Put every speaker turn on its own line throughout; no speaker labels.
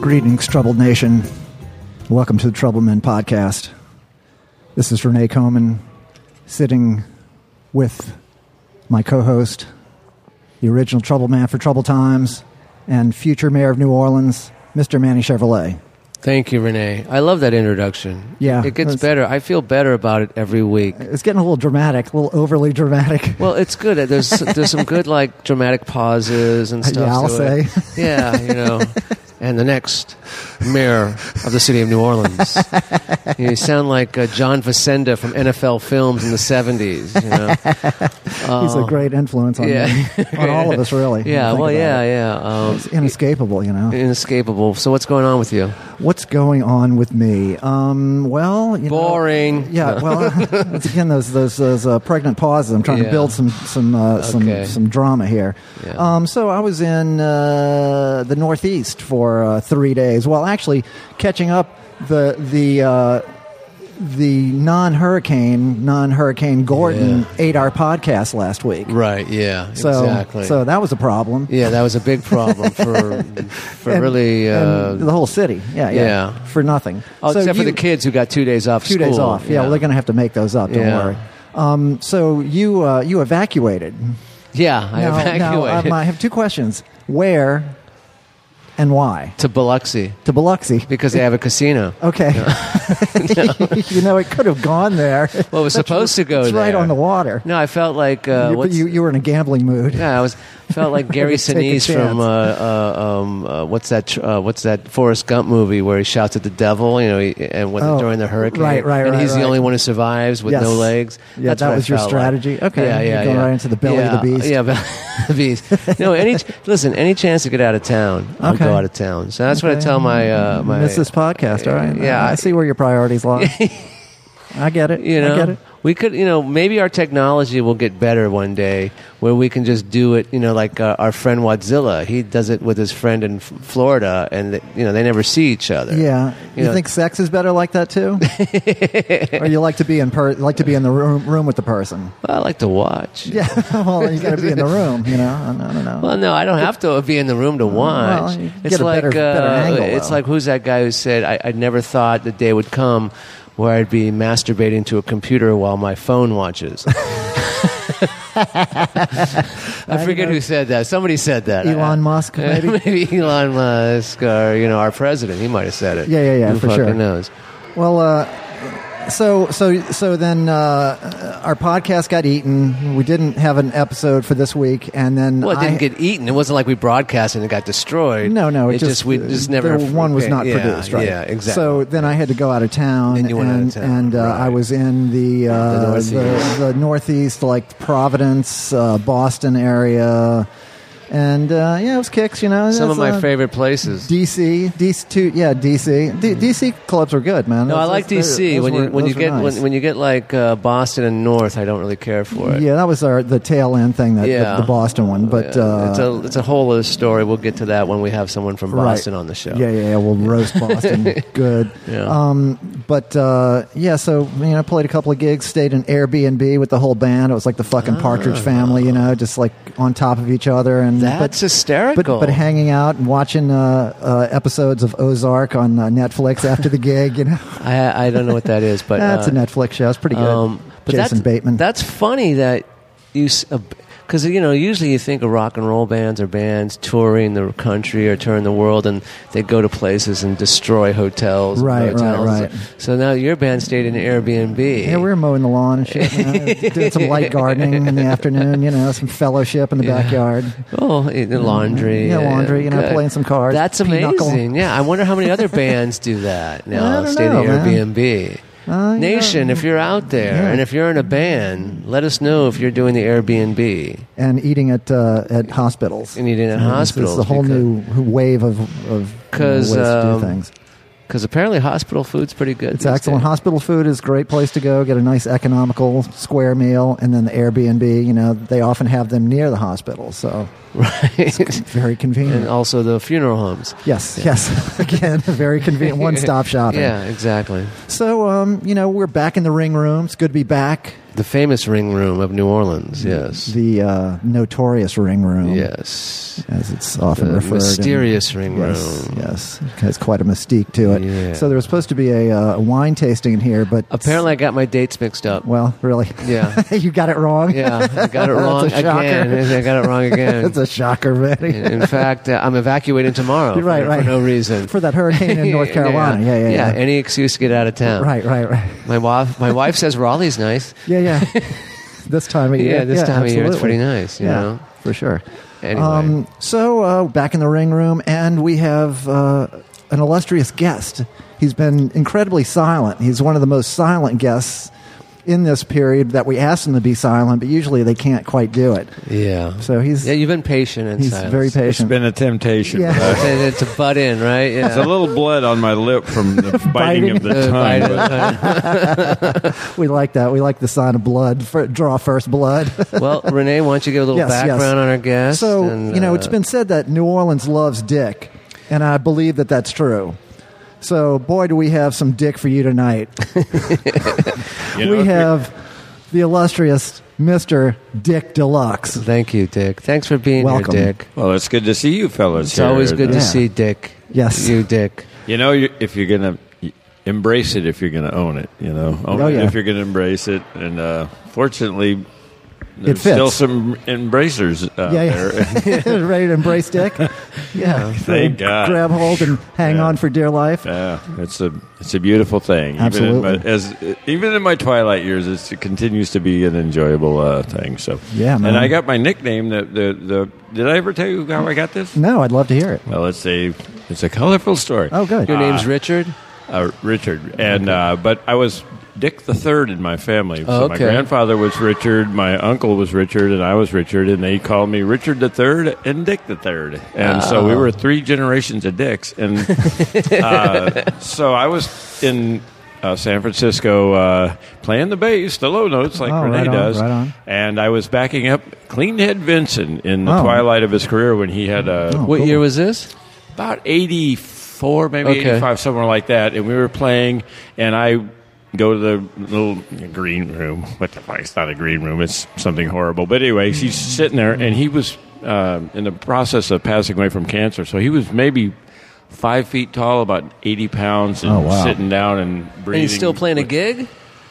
Greetings, troubled nation. Welcome to the Troublemen podcast. This is Renee Coman, sitting with my co-host, the original Trouble Man for Trouble Times, and future mayor of New Orleans, Mr. Manny Chevrolet.
Thank you, Renee. I love that introduction.
Yeah,
It gets
that's-
better. I feel better about it every week.
It's getting a little dramatic, a little overly dramatic.
Well, it's good. There's there's some good like dramatic pauses and stuff.
Yeah, I'll
to it. Yeah, you know. And the next mayor of the city of New Orleans. You, know, you sound like uh, John Vicenda from NFL films in the 70s. You know?
He's a great influence on
Oh. yeah.
me, on all of us, really.
Yeah,
Think
well,
about
yeah,
it.
yeah. Um,
It's inescapable, you know.
inescapable. So what's going on with you?
What's going on with me? Um, well, you know-
Boring.
Uh, yeah, well, it's again those those, those uh, pregnant pauses. I'm trying to
Yeah.
build some some uh, some
Okay.
some drama here.
Yeah.
Um, so I was in uh, the Northeast for uh, three days. Well, actually, catching up the the. Uh, the non-hurricane, non-hurricane Gordon
Yeah.
ate our podcast last week.
Right, yeah.
So,
exactly.
so that was a problem.
Yeah, that was a big problem for for
And-
really. Uh,
and the whole city. Yeah, yeah,
yeah.
for nothing.
oh,
So
except for
you-
the kids who got two days off.
two days
school.
off. Yeah, well, they're going to have to make those up. Don't
Yeah.
worry. Um, so you uh, you evacuated.
yeah.
now,
I
Now, um,
evacuated
I have two questions: where and why
to Biloxi
to Biloxi?
because they have a casino.
Okay, you know it could have gone there.
Well, it was
That's-
supposed to go
It's right
there.
on the water.
No, I felt like
you,
uh,
but
what's-
you you were in a gambling mood.
yeah, I was felt like Gary
Take a
Sinise
chance.
from uh, uh, um, uh, what's that? tr- Uh, what's that Forrest Gump movie where he shouts at the devil? You know, he, and when,
Oh,
during the hurricane,
right, right,
and
right,
he's
right.
the only one who survives with
Yes.
no legs.
Yeah,
That's
that
what I
was your
felt like.
strategy? Okay,
yeah,
you're
yeah,
going
yeah.
right into the belly of the
Yeah,
beast.
Yeah, belly of the beast. No, any listen, any chance to get out of town, I'll
Okay.
go out of town. So that's what I
Okay.
tell my uh, my
Miss this podcast, all right?
Yeah,
I, I
I-
see where your priorities lie. I get it.
You know,
I get it.
we could, you know, maybe our technology will get better one day where we can just do it, you know, like uh, our friend Wadzilla. He does it with his friend in F- Florida, and, you know, they never see each other.
Yeah, you,
You know-
think sex is better like that too, or you like to be in per- like to be in the room room with the person?
Well, I like to watch.
Yeah, well, you got to be in the room, you know. I don't know.
Well, no, I don't have to be in the room to watch.
you get
it's
a
like uh,
better- better angle,
it's
though.
like who's that guy who said I, I never thought the day would come where I'd be masturbating to a computer while my phone watches. I forget who said that. Somebody said that.
Elon Musk, maybe?
maybe Elon Musk, or you know, our president. He might have said it.
Yeah, yeah, yeah,
Who
for
fucking
sure.
knows?
Well, uh, so so so then uh, our podcast got eaten. We didn't have an episode for this week, and then
Well, it didn't
I-
get eaten. It wasn't like we broadcast and it got destroyed.
No, no, it,
it, just, we just never
the one was not
Yeah,
produced, right?
Yeah, exactly.
So then I had to go out of town,
Then you went out of
and,
town,
and, uh,
right.
I was in the uh,
The
the,
Northeast.
the, northeast, like Providence, uh, Boston area, and uh, yeah, it was kicks, you know.
some of
That's,
my
uh,
favorite places.
DC, DC, two, yeah, DC, D- DC clubs are good, man.
No, I
Those-
like
those-
DC.
those
When you
were-
when you
those were
get
nice.
when, when you get like uh, Boston and North, I don't really care for it.
yeah, that was our the tail end thing that
Yeah.
the, the Boston one, but uh,
it's a it's a whole other story. We'll get to that when we have someone from
Right.
Boston on the show.
Yeah, yeah, yeah. We'll roast Boston. Good.
Yeah.
Um, but uh, yeah, so you know, played a couple of gigs, stayed in Airbnb with the whole band. It was like the
Ah.
fucking Partridge Family, you know, just like on top of each other and
That's
but, but,
hysterical.
but hanging out and watching uh, uh, episodes of Ozark on uh, Netflix after the gig. You know,
I I don't know what that is, but
that's
uh,
a Netflix show. It's pretty good.
Um, but
Jason
that's,
Bateman.
That's funny that you because you know usually you think of rock and roll bands or bands touring the country or touring the world, and they go to places and destroy hotels. and
Right, right,
hotels.
right.
So now your band stayed in Airbnb.
yeah, we were mowing the lawn and shit, you know, doing some light gardening in the afternoon, you know, some fellowship in the backyard.
Oh, eh, the laundry.
Yeah, laundry, you know,
good.
playing some cards,
That's
pinochle.
amazing. Yeah, I wonder how many other bands do that
I
now.
don't
stay
know,
at
man.
Airbnb.
Uh, you
Nation, if you're out there
Yeah.
and if you're in a band, let us know if you're doing the Airbnb
and eating at uh, at hospitals.
and eating at
You know, this is
hospitals.
the whole
because,
new wave of of you know, ways
'Cause,
to
um,
do things.
Because apparently hospital food's pretty good.
It's
these
excellent.
days.
Hospital food is a great place to go. Get a nice economical square meal, and then the Airbnb. You know, they often have them near the hospital, so
Right.
very convenient.
and also the funeral homes.
yes, yes. Again, very convenient. One stop shopping.
Yeah, exactly.
So, um, you know, we're back in the ring room. It's good to be back.
The famous ring room of New Orleans, yes.
The uh, notorious ring room.
yes.
As it's often
The
referred in-
mysterious ring
yes,
room.
Yes, It has quite a mystique to it.
Yeah.
So there was supposed to be a uh, wine tasting in here, but
Apparently, I got my dates mixed up.
well, really,
Yeah.
you got it wrong.
Yeah, I got
That's
it wrong
a shocker.
again. I got it wrong again.
That's a shocker, man.
in, in fact, uh, I'm evacuating tomorrow
Right,
for,
right.
for no reason.
For that hurricane in North Carolina. Yeah, yeah, yeah.
Any excuse to get out of town.
Right, right, right.
My wife, my wife says Raleigh's nice.
Yeah, yeah. this time of
Yeah,
year.
this time of year it's
absolutely.
pretty nice. You
yeah,
know.
for sure.
Anyway.
Um, so uh, back in the ring room, and we have uh, an illustrious guest. He's been incredibly silent. He's one of the most silent guests in this period that we asked him to be silent, but usually they can't quite do it.
Yeah.
So he's
yeah, you've been patient and
he's
silence.
very
It's
patient.
been a temptation.
Yeah.
Uh,
It's a butt in, right?
There's a
Yeah.
little blood on my lip from the biting, of the
Uh,
tongue.
bite
but
in.
we like that. We like the sign of blood. For, draw first blood.
well, Renee, why don't you give a little
Yes, yes.
background on our guest?
So,
and,
you know,
uh,
it's been said that New Orleans loves dick, and I believe that that's true. So, boy, do we have some dick for you tonight.
you know,
we
if you're-
have the illustrious Mr. Dick Deluxe.
Thank you, Dick. Thanks for being
Welcome.
here, Dick.
Well, it's good to see you fellas
It's always good to
Yeah.
see Dick.
Yes.
You, Dick.
You know, you, if you're going to embrace it, if you're going to own it, you know, own
Oh,
it
yeah.
if you're going to embrace it. And uh, fortunately, there's
fits.
still some embracers uh, out
Yeah,
there.
yeah. Ready to embrace dick? Yeah.
Thank God.
Grab hold and hang
Yeah.
on for dear life.
Yeah, it's a it's a beautiful thing.
Absolutely.
Even in my, as even in my twilight years, it's, it continues to be an enjoyable uh, thing. So
Yeah, man.
And I got my nickname. The, the the did I ever tell you how I got this?
No, I'd love to hear it.
Well, let's say it's a colorful story.
Oh, good.
Your name's Richard?
uh, Richard, and uh, but I was Dick the third in my family. So
Oh,
my
okay.
grandfather was Richard, my uncle was Richard, and I was Richard, and they called me Richard the third and Dick the third, and so
Oh.
we were three generations of dicks, and uh, so I was in. Uh, San Francisco, uh, playing the bass, the low notes like
Oh,
Renee
right on,
does,
right on.
and I was backing up Cleanhead Vincent in the
Oh.
twilight of his career when he had a
What
cool.
year was this?
about 84 maybe
Okay.
85 somewhere like that and we were playing and i go to the little green room what the fuck it's not a green room it's something horrible but anyway he's sitting there and he was um in the process of passing away from cancer so he was maybe five feet tall about 80 pounds and
Oh, wow.
sitting down and breathing
And he's still playing a gig?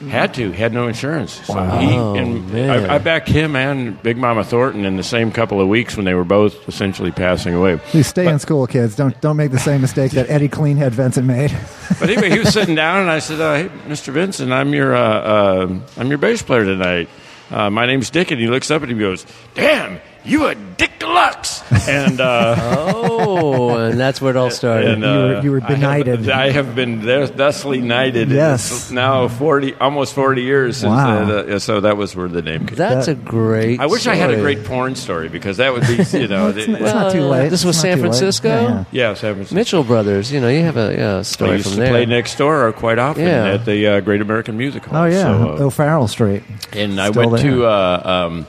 had to had no insurance so he and
man.
I, I backed him and big mama thornton in the same couple of weeks when they were both essentially passing away
You stay in school, kids. Don't don't make the same mistake that Eddie Cleanhead Vincent made.
But anyway, he was sitting down, and I said, uh, "Hey, Mr. Vincent, I'm your uh, uh, I'm your bass player tonight. Uh, my name's Dick." And he looks up and he goes, "Damn, you a Dick Deluxe!" And uh,
Oh, and that's where it all started.
and
You were-
uh,
you were
I have-
benighted.
I have, been there, thusly knighted.
Yes.
It's now forty, almost forty years since.
Wow.
that, uh, so that was where the name came.
that's a great.
I wish I had a
story.
great porn story because that would be, you know,
it's, it's
the,
not too
Well,
late.
this
It's
was
not
San
too late.
Francisco?
Yeah, yeah.
yeah, San Francisco.
Mitchell Brothers. You know, you have a yeah, story
I used
from
to
there.
play next door quite often
Yeah.
at the uh, Great American Music Hall.
Oh yeah,
So, uh,
O'Farrell Street.
And I
Still
went to
there.
uh, um,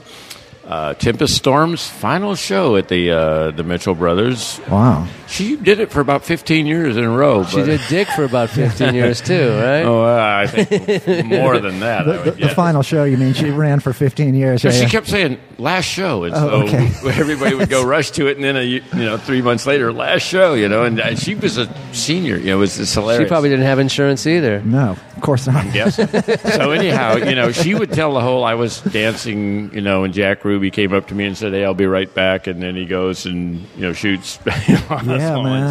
uh, Tempest Storm's final show at the uh, the Mitchell Brothers.
Wow.
She did it for about 15 years in a row.
she
but-
did Dick for about 15 years too, right?
Oh, uh, I think more than that. I
The,
would
the, the
guess.
final show, you mean? She ran for 15 years.
So
yeah,
she
yeah.
kept saying last show, and so
Oh, okay.
everybody would go rush to it, and then a, you know three months later, last show, you know, and, and she was a senior, you know, it was just hilarious.
She probably didn't have insurance either.
No, of course not.
Yes. so anyhow, you know, she would tell the whole I was dancing, you know, and Jack Ruby came up to me and said, "Hey, I'll be right back," and then he goes and you know shoots. yeah,
man.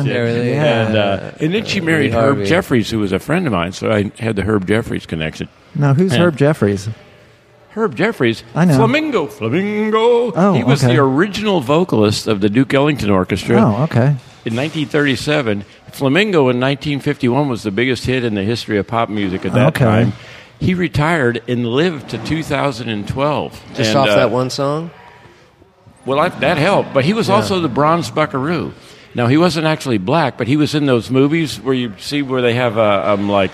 Yeah, really,
Yeah.
And uh, and then she
Uh,
married
Lee
Herb
Harvey.
Jeffries, who was a friend of mine. So I had the Herb Jeffries connection.
Now, who's
Yeah.
Herb Jeffries?
Herb Jeffries,
I know.
Flamingo, Flamingo.
Oh,
he was
okay.
the original vocalist of the Duke Ellington Orchestra.
Oh, okay.
In 1937, Flamingo in 1951 was the biggest hit in the history of pop music at that
Okay.
time. He retired and lived to 2012.
Just
And,
off
uh,
that one song.
Well, I, that helped, but he was also the Bronze Buckaroo. Now he wasn't actually black, but he was in those movies where you see where they have uh, um, like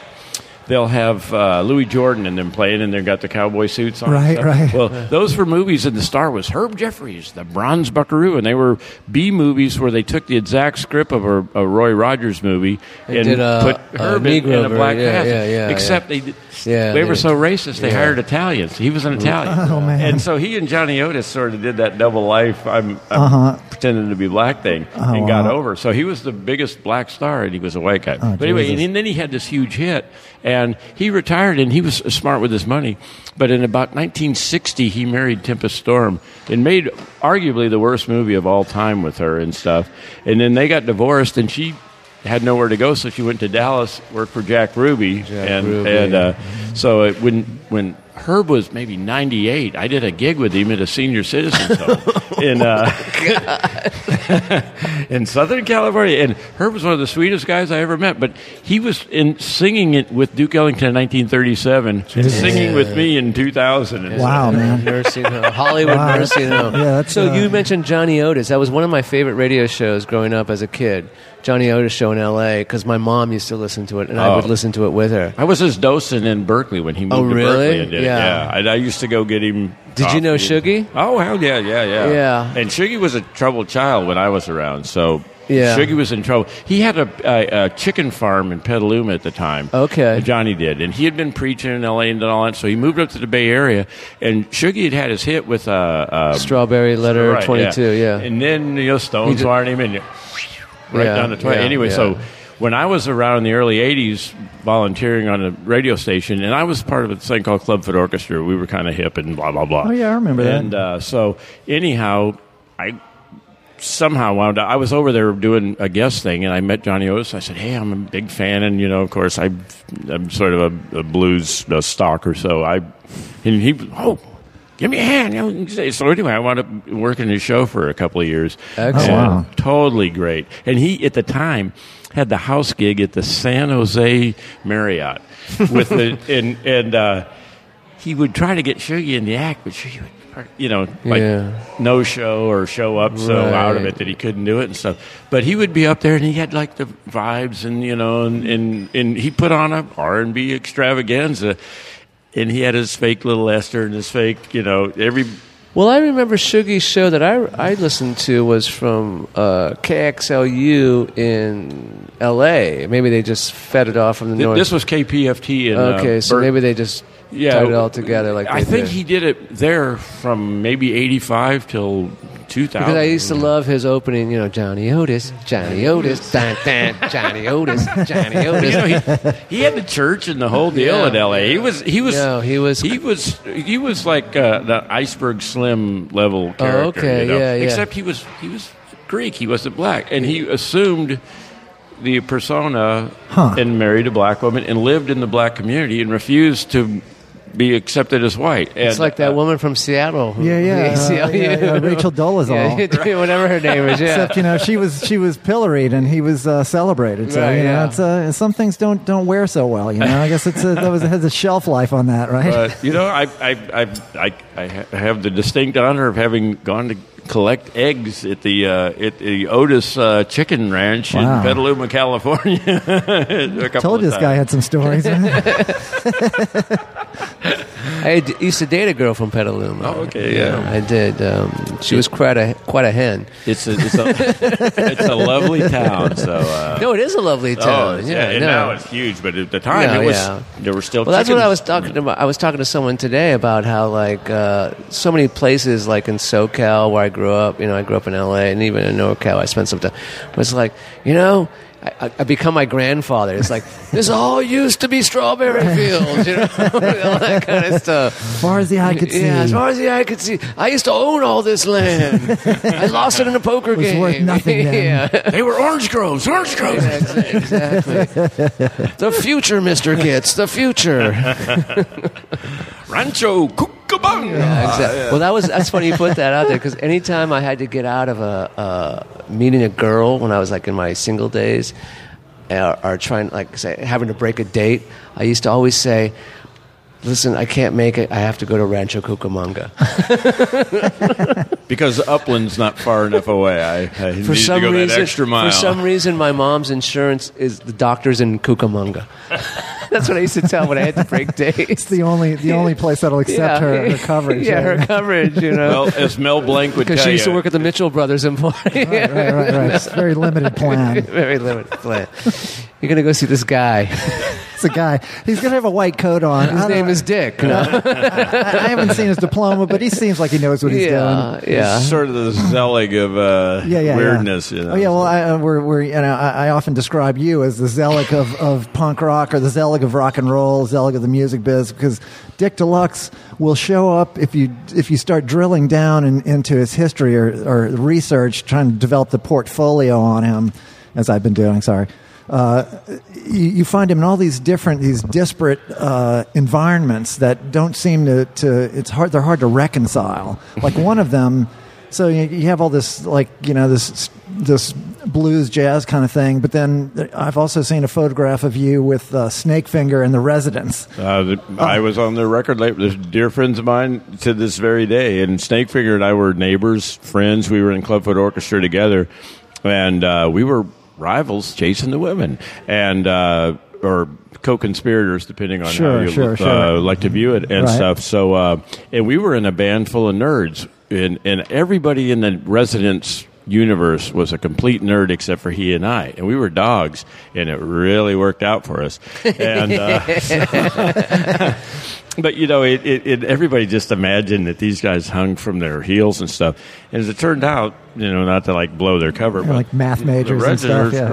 they'll have uh, Louis Jordan and them playing, and they've got the cowboy suits on.
Right,
So-
right.
Well, those were movies, and the star was Herb Jeffries, the Bronze Buckaroo, and they were B movies where they took the exact script of a, a Roy Rogers movie
They
and
did a-
put
a
Herb in,
Negro
in a black
version. Yeah,
hat.
yeah, yeah,
Except they,
Yeah,
they
they-
were so racist they
yeah.
hired Italians. He was an Italian,
Oh, man.
and so he and Johnny Otis sort of did that double life. I'm, I'm pretending to be black thing,
Uh-huh. Oh,
and got
wow. Oh,
over. So he was the biggest black star, and he was a white guy. but anyway,
Jesus.
and and then he had this huge hit, and he retired, and he was smart with his money. But in about 1960, he married Tempest Storm and made arguably the worst movie of all time with her and stuff. And then they got divorced, and she had nowhere to go, so she went to Dallas, worked for Jack Ruby, and
Ruby.
and uh, so it, when when Herb was maybe 98, I did a gig with him at a senior citizens home in. Uh, in Southern California. And Herb was one of the sweetest guys I ever met. But he was in singing it with Duke Ellington in 1937, and singing with me in 2000. And
Wow, man.
Nursing home. Hollywood
Wow.
nursing home.
Yeah, that's,
so
uh,
you mentioned Johnny Otis. That was one of my favorite radio shows growing up as a kid. Johnny Otis show in L.A. because my mom used to listen to it, and I
Oh.
would listen to it with her.
I was his docent in Berkeley when he moved
Oh,
to
really?
Berkeley. And did, it.
Yeah.
yeah. And I used to go get him.
Did you know
coffee.
Shuggy?
Oh, hell yeah, yeah, yeah.
Yeah.
And Shuggy was a troubled child when I was around, so.
Yeah.
Shuggy was in trouble. He had a, a, a chicken farm in Petaluma at the time.
Okay.
Johnny did. And he had been preaching in L.A. and all that, so he moved up to the Bay Area. And Shuggy had had his hit with uh, uh,
Strawberry Letter
Right,
22. Yeah.
And then you know
He
Stones
did-
aren't him, and you- right
Yeah,
down the twenty.
yeah,
anyway,
yeah.
so when I was around in the early '80s, volunteering on a radio station, and I was part of a thing called Club Foot Orchestra. We were kind of hip and blah blah blah.
Oh, yeah, I remember that.
And uh, so anyhow, I somehow wound up. I was over there doing a guest thing, and I met Johnny Otis. I said, "Hey, I'm a big fan," and you know, of course, I, I'm sort of a, a blues uh, stalker. So I, and he, oh, give me a hand. you know, and say- So anyway, I wound up working his show for a couple of years.
Excellent.
And
wow.
Totally great. And he at the time had the house gig at the San Jose Marriott with the and and. Uh, he would try to get Shuggy in the act, but Shuggy would, you know, like
Yeah.
no show or show up so
Right.
out of it that he couldn't do it and stuff. But he would be up there and he had like the vibes and you know, and and, and he put on a R and B extravaganza, and he had his fake little Esther and his fake, you know, every
Well, I remember Shuggy's show that I, I listened to was from uh, KXLU in L.A. Maybe they just fed it off from the north.
this was KPFT and uh,
okay, so maybe they just tied it all together like
I
they
think
did.
he did it there from maybe eighty five till two thousand.
Because I used to love his opening, you know, Johnny Otis, Johnny Otis, dun, dun, Johnny Otis, Johnny Otis.
you know, he, he had the church and the whole deal
Yeah.
in L.A. He was he was
No, he was-
he was he was like uh, the iceberg slim level character.
Oh, okay,
you know?
yeah, yeah.
Except he was he was Greek. He wasn't black, and he assumed the persona
Huh.
and married a black woman and lived in the black community and refused to be accepted as white.
it's like that woman from Seattle. who-
Yeah, yeah,
the
uh, yeah,
ACLU.
yeah, Rachel Dolezal.
Yeah, whatever her name is, yeah.
Except you know she was she was pilloried and he was uh, celebrated. So
Right,
you know
yeah.
it's uh, some things don't don't wear so well. You know I guess it's a, that was it has a shelf life on that, right?
But you know, I I, I I I ha- have the distinct honor of having gone to collect eggs at the uh, at the Otis uh, Chicken Ranch
Wow.
in Petaluma, California. a couple
Told you
of
this guy had
times.
some stories. right?
I d- used to date a girl from Petaluma.
Oh, okay, yeah.
I did. Um, she was quite a quite a hen.
It's a it's a, it's a lovely town. So. Uh,
No, it is a lovely
Oh,
town.
it's-
yeah,
yeah, and
no.
now it's huge, but at the time
Yeah,
it was
yeah.
there were still.
Well, that's what
chickens.
I was talking about. I was talking to someone today about how like uh, so many places, like in SoCal where I grew up. You know, I grew up in LA, and even in NorCal, I spent some time. Was like, you know. I, I- I become my grandfather. It's like this all used to be strawberry fields, you know, all that kind of stuff.
As far as the eye could see.
Yeah, as far as the eye could see, I used to own all this land. I lost it in a poker
was
game.
worth nothing then.
Yeah.
They were orange groves, orange groves.
Exactly. the future, Mr. Kitts, the future.
Rancho Cucamonga.
Exactly. Well, that was that's funny you put that out there because anytime I had to get out of a uh, meeting a girl when I was like in my single days, or, or trying like say, having to break a date, I used to always say. Listen, I can't make it. I have to go to Rancho Cucamonga.
Because Upland's not far enough away. I, I need
For some
to go
reason,
that extra mile.
for some reason, my mom's insurance is the doctor's in Cucamonga. That's what I used to tell when I had to break dates.
It's the only the only place that'll accept her, her coverage.
Yeah, her
right?
coverage. You know,
Well, as Mel Blank would tell
because she used
you,
to work at the Mitchell Brothers in Hawaii.
right, right, right, right. It's a very limited plan.
Very limited plan. You're gonna go see this guy.
It's a guy. He's gonna have a white coat on. I
His
don't-
name is Dick. No.
I, I haven't seen his diploma, but he seems like he knows what he's doing.
Yeah, yeah.
sort of the Zelig of uh,
Yeah, yeah,
weirdness.
Yeah.
You know?
Oh yeah, well, I, uh, we're, we're you know I, I often describe you as the Zelig of, of punk rock or the Zelig of rock and roll, Zelig of the music biz, because Dick Deluxe will show up if you if you start drilling down in, into his history or, or research, trying to develop the portfolio on him, as I've been doing. Sorry. Uh, you, you find him in all these different, these disparate uh, environments that don't seem to, to. It's hard. They're hard to reconcile. Like one of them, so you, you have all this, like you know, this this blues jazz kind of thing. But then I've also seen a photograph of you with uh, Snakefinger and the Residents.
Uh, the,
Oh.
I was on the record label. There's dear friends of mine to this very day, and Snake Figure and I were neighbors, friends. We were in Clubfoot Orchestra together, and uh, we were rivals chasing the women, and uh, or co-conspirators, depending on
Sure,
how you
sure,
uh,
sure.
like to view it and
Right.
stuff. So, uh, and we were in a band full of nerds, and and everybody in the residence universe was a complete nerd except for he and I, and we were dogs, and it really worked out for us. And uh, but you know, it, it, it, everybody just imagined that these guys hung from their heels and stuff. And as it turned out, you know, not to like blow their cover, but
like math majors
the
and stuff,
residents
yeah.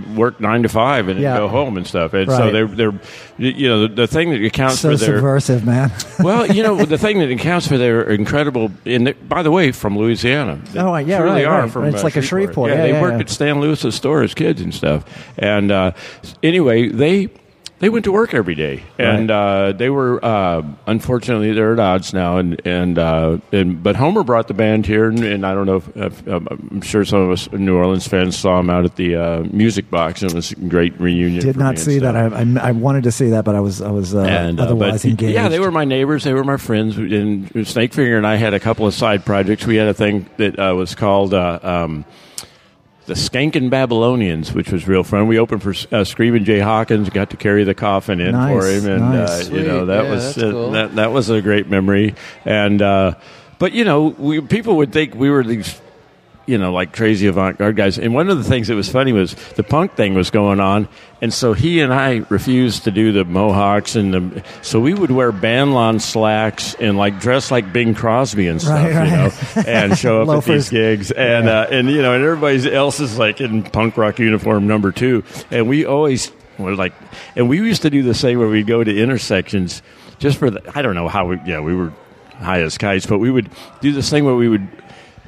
are g- work nine to five and then
Yeah.
go home and stuff. And
Right.
so they're they're you know the, the thing that accounts
So
for their
subversive, man.
well, you know, the thing that accounts for their incredible, and they- by the way, from Louisiana. They
Oh, yeah,
truly
right,
are
right.
From,
It's
uh,
like a Shreveport. Yeah,
they
yeah,
worked
yeah.
at Stan Lewis's store as kids and stuff. And uh, anyway, they they went to work every day, and uh, they were uh, unfortunately they're at odds now. And and, uh, and but Homer brought the band here, and, and I don't know if, if um, I'm sure some of us New Orleans fans saw him out at the uh, Music Box, and it was a great reunion.
Did
for me
not
and
see
stuff
that. I, I, I wanted to see that, but I was I was uh,
and uh,
otherwise
but,
engaged.
Yeah, they were my neighbors. They were my friends. We- And Snakefinger and I had a couple of side projects. We had a thing that uh, was called. Uh, um, the Skankin' Babylonians, which was real fun. We opened for uh, Screaming Jay Hawkins, got to carry the coffin in
Nice,
for him, and
nice.
uh, you know
Sweet.
that
Yeah,
was
that's
uh,
cool.
that that was a great memory. And uh, but you know, we, people would think we were these you know, like crazy avant garde guys. And one of the things that was funny was the punk thing was going on. And so he and I refused to do the mohawks and the. So we would wear bandlon slacks and like dress like Bing Crosby and stuff,
Right,
you know, and show up at
Loafers.
these gigs. And, uh, and, you know, and everybody else is like in punk rock uniform number two. And we always were like, and we used to do this thing where we'd go to intersections just for the, I don't know how we, yeah, we were high as kites, but we would do this thing where we would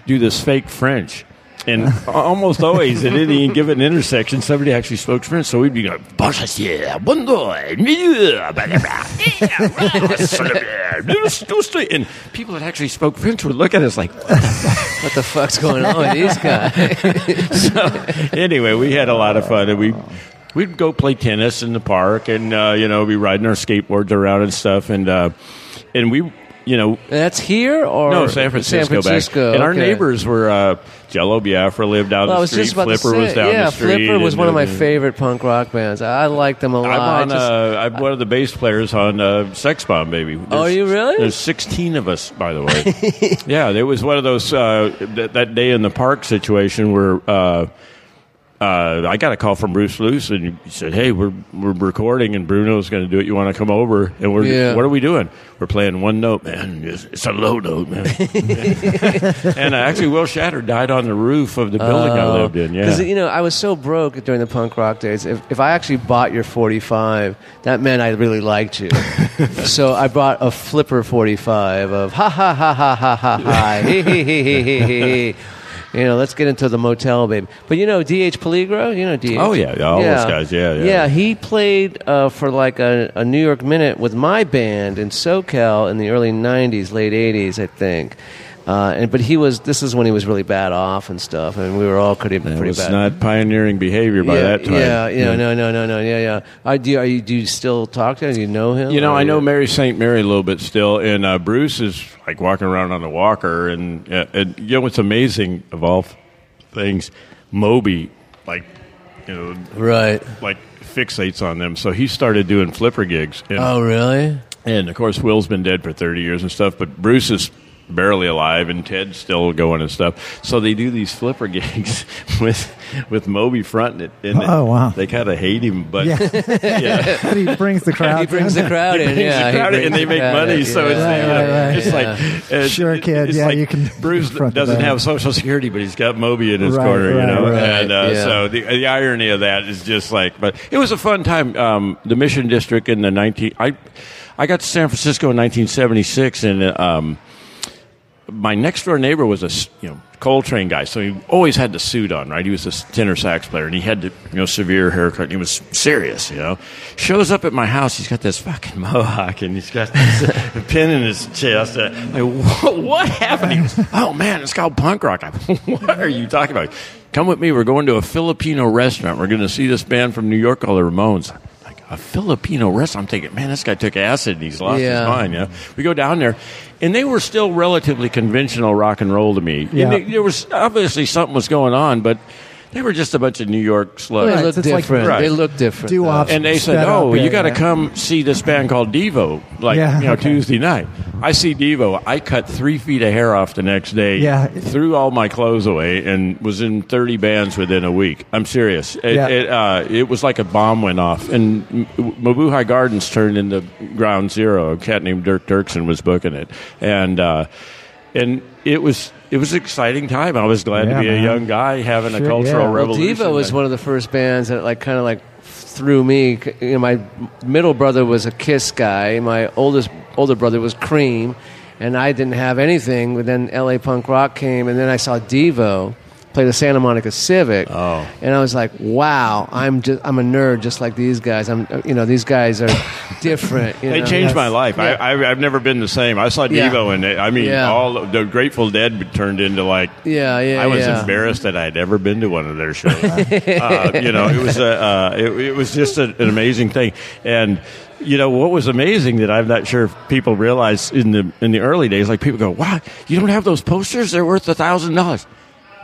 do this fake French. And almost always at any given intersection, somebody actually spoke French. So we'd be like, Bonjour, bonjour, milieu, blah, blah, blah. Yeah, son of a- do- do- do- And people that actually spoke French would look at us like,
What the fuck's going on with these guys?
anyway, we had a lot of fun, and we we'd go play tennis in the park, and uh, you know, be riding our skateboards around and stuff, and uh, and we, you know,
That's here or
No, San Francisco.
San Francisco.
Back. And our
okay.
neighbors were uh, Jello Biafra lived down
Well, I
the
was
street.
just about
Flipper
to say,
was down
yeah,
the street.
Flipper was
and-
one of my
and-
favorite punk rock bands. I liked them a lot.
I'm
I
on.
just-
uh, I'm one of the bass players on uh, Sex Bomb Baby. There's,
are Oh, you really?
There's 16 of us, by the way. yeah, there was one of those uh, th- that day in the park situation where. Uh, uh, I got a call from Bruce Luce, and he said, "Hey, we're we're recording, and Bruno's going to do it. You want to come over?" And we're
Yeah.
what are we doing? We're playing one note, man. It's, it's a low note, man. and uh, actually, Will Shatter died on the roof of the building
Oh.
I lived in. Yeah,
Because uh, you know, I was so broke during the punk rock days. If, if I actually bought your 45, that meant I really liked you. so I bought a flipper 45 of ha ha ha ha ha ha ha he he he he he he. he. You know, let's get into the motel, baby. But you know, DH Peligro, you know DH.
Oh, yeah, yeah, all those guys, yeah, yeah.
he played uh, for like a, a New York Minute with my band in SoCal in the early '90s, late '80s, I think. Uh, and but he was. This is when he was really bad off and stuff, and we were all pretty
it
pretty
was
bad.
not pioneering behavior by
yeah,
that time.
yeah, yeah, no, no, no, no, yeah, yeah. I, do, are you, do you still talk to him? Do you know him?
You know,
Or-
I
Oh,
know Mary St. Mary a little bit still, and uh, Bruce is like walking around on a walker, and, uh, and you know what's amazing of all things, Moby like you know,
Right.
like fixates on them. So he started doing flipper gigs. And,
Uh.
Oh, really?
and of course, Will's been dead for 30 years and stuff, but Bruce is barely alive and Ted's still going and stuff. So they do these flipper gigs with with Moby fronting it. And
Oh, wow.
They kind of hate him, but
Yeah.
yeah.
But he brings the crowd.
He brings the
in.
crowd in.
He brings
yeah,
the
he
crowd in,
brings
and
the
they make
crowd
money,
in.
so
Yeah,
it's,
Right,
you know,
right, right.
it's like it's-
Sure,
it-
kid,
it's
yeah,
like
you can
Bruce
front the
doesn't
bag.
have Social Security, but he's got Moby in his
Right,
corner,
right,
you know.
right.
And uh,
Yeah.
so the, the irony of that is just like, but it was a fun time. Um, the Mission District in the nineteen, I, I got to San Francisco in nineteen seventy six, and um, my next door neighbor was a s- you know Coltrane guy, so he always had the suit on, right? He was a tenor sax player, and he had the you know severe haircut. And he was serious, you know. Shows up at my house, he's got this fucking mohawk, and he's got this uh, pin in his chest. Uh, like, what, what happened? He was, oh man, it's called punk rock. I, what are you talking about? Come with me. We're going to a Filipino restaurant. We're going to see this band from New York called the Ramones. Like a Filipino restaurant. I'm thinking, man, this guy took acid and he's lost
Yeah.
his mind. Yeah, we go down there, and they were still relatively conventional rock and roll to me.
Yeah.
And they- there was obviously something was going on, but they were just a bunch of New York slugs.
They
Right,
look
it's like-
different.
Right.
They look different.
Do
though.
off-
And they said,
Sped up,
"Oh,
yeah,
you got to
yeah.
come see this band called Devo, like
Yeah,
you know
okay.
Tuesday night." I see Devo. I cut three feet of hair off the next day.
Yeah.
threw all my clothes away and was in thirty bands within a week. I'm serious. It,
Yeah.
it, uh, it was like a bomb went off, and M- Mabuhay Gardens turned into Ground Zero. A cat named Dirk Dirksen was booking it, and uh, and it was. It was an exciting time. I was glad
Yeah,
to be
man.
a young guy having
Sure,
a cultural
yeah. Well,
Well,
revolution.
Devo was one of the first bands that like kind of like threw me. c- You know, my middle brother was a Kiss guy. My oldest older brother was Cream, and I didn't have anything. But then L.A. punk rock came, and then I saw Devo play the Santa Monica Civic.
Oh.
and I was like, wow, I'm just I'm a nerd just like these guys. I'm you know these guys are different. You
They
know?
changed my life.
Yeah.
I, I, I've never been the same. I saw
Yeah.
Devo, and they- I mean,
Yeah.
all of- the Grateful Dead turned into like.
Yeah, yeah.
I was
yeah.
embarrassed that I'd ever been to one of their shows. uh, you know, it was a, uh, it, it was just a, an amazing thing. And you know what was amazing that I'm not sure if people realize in the in the early days, like people go, "Wow, you don't have those posters? They're worth a thousand dollars."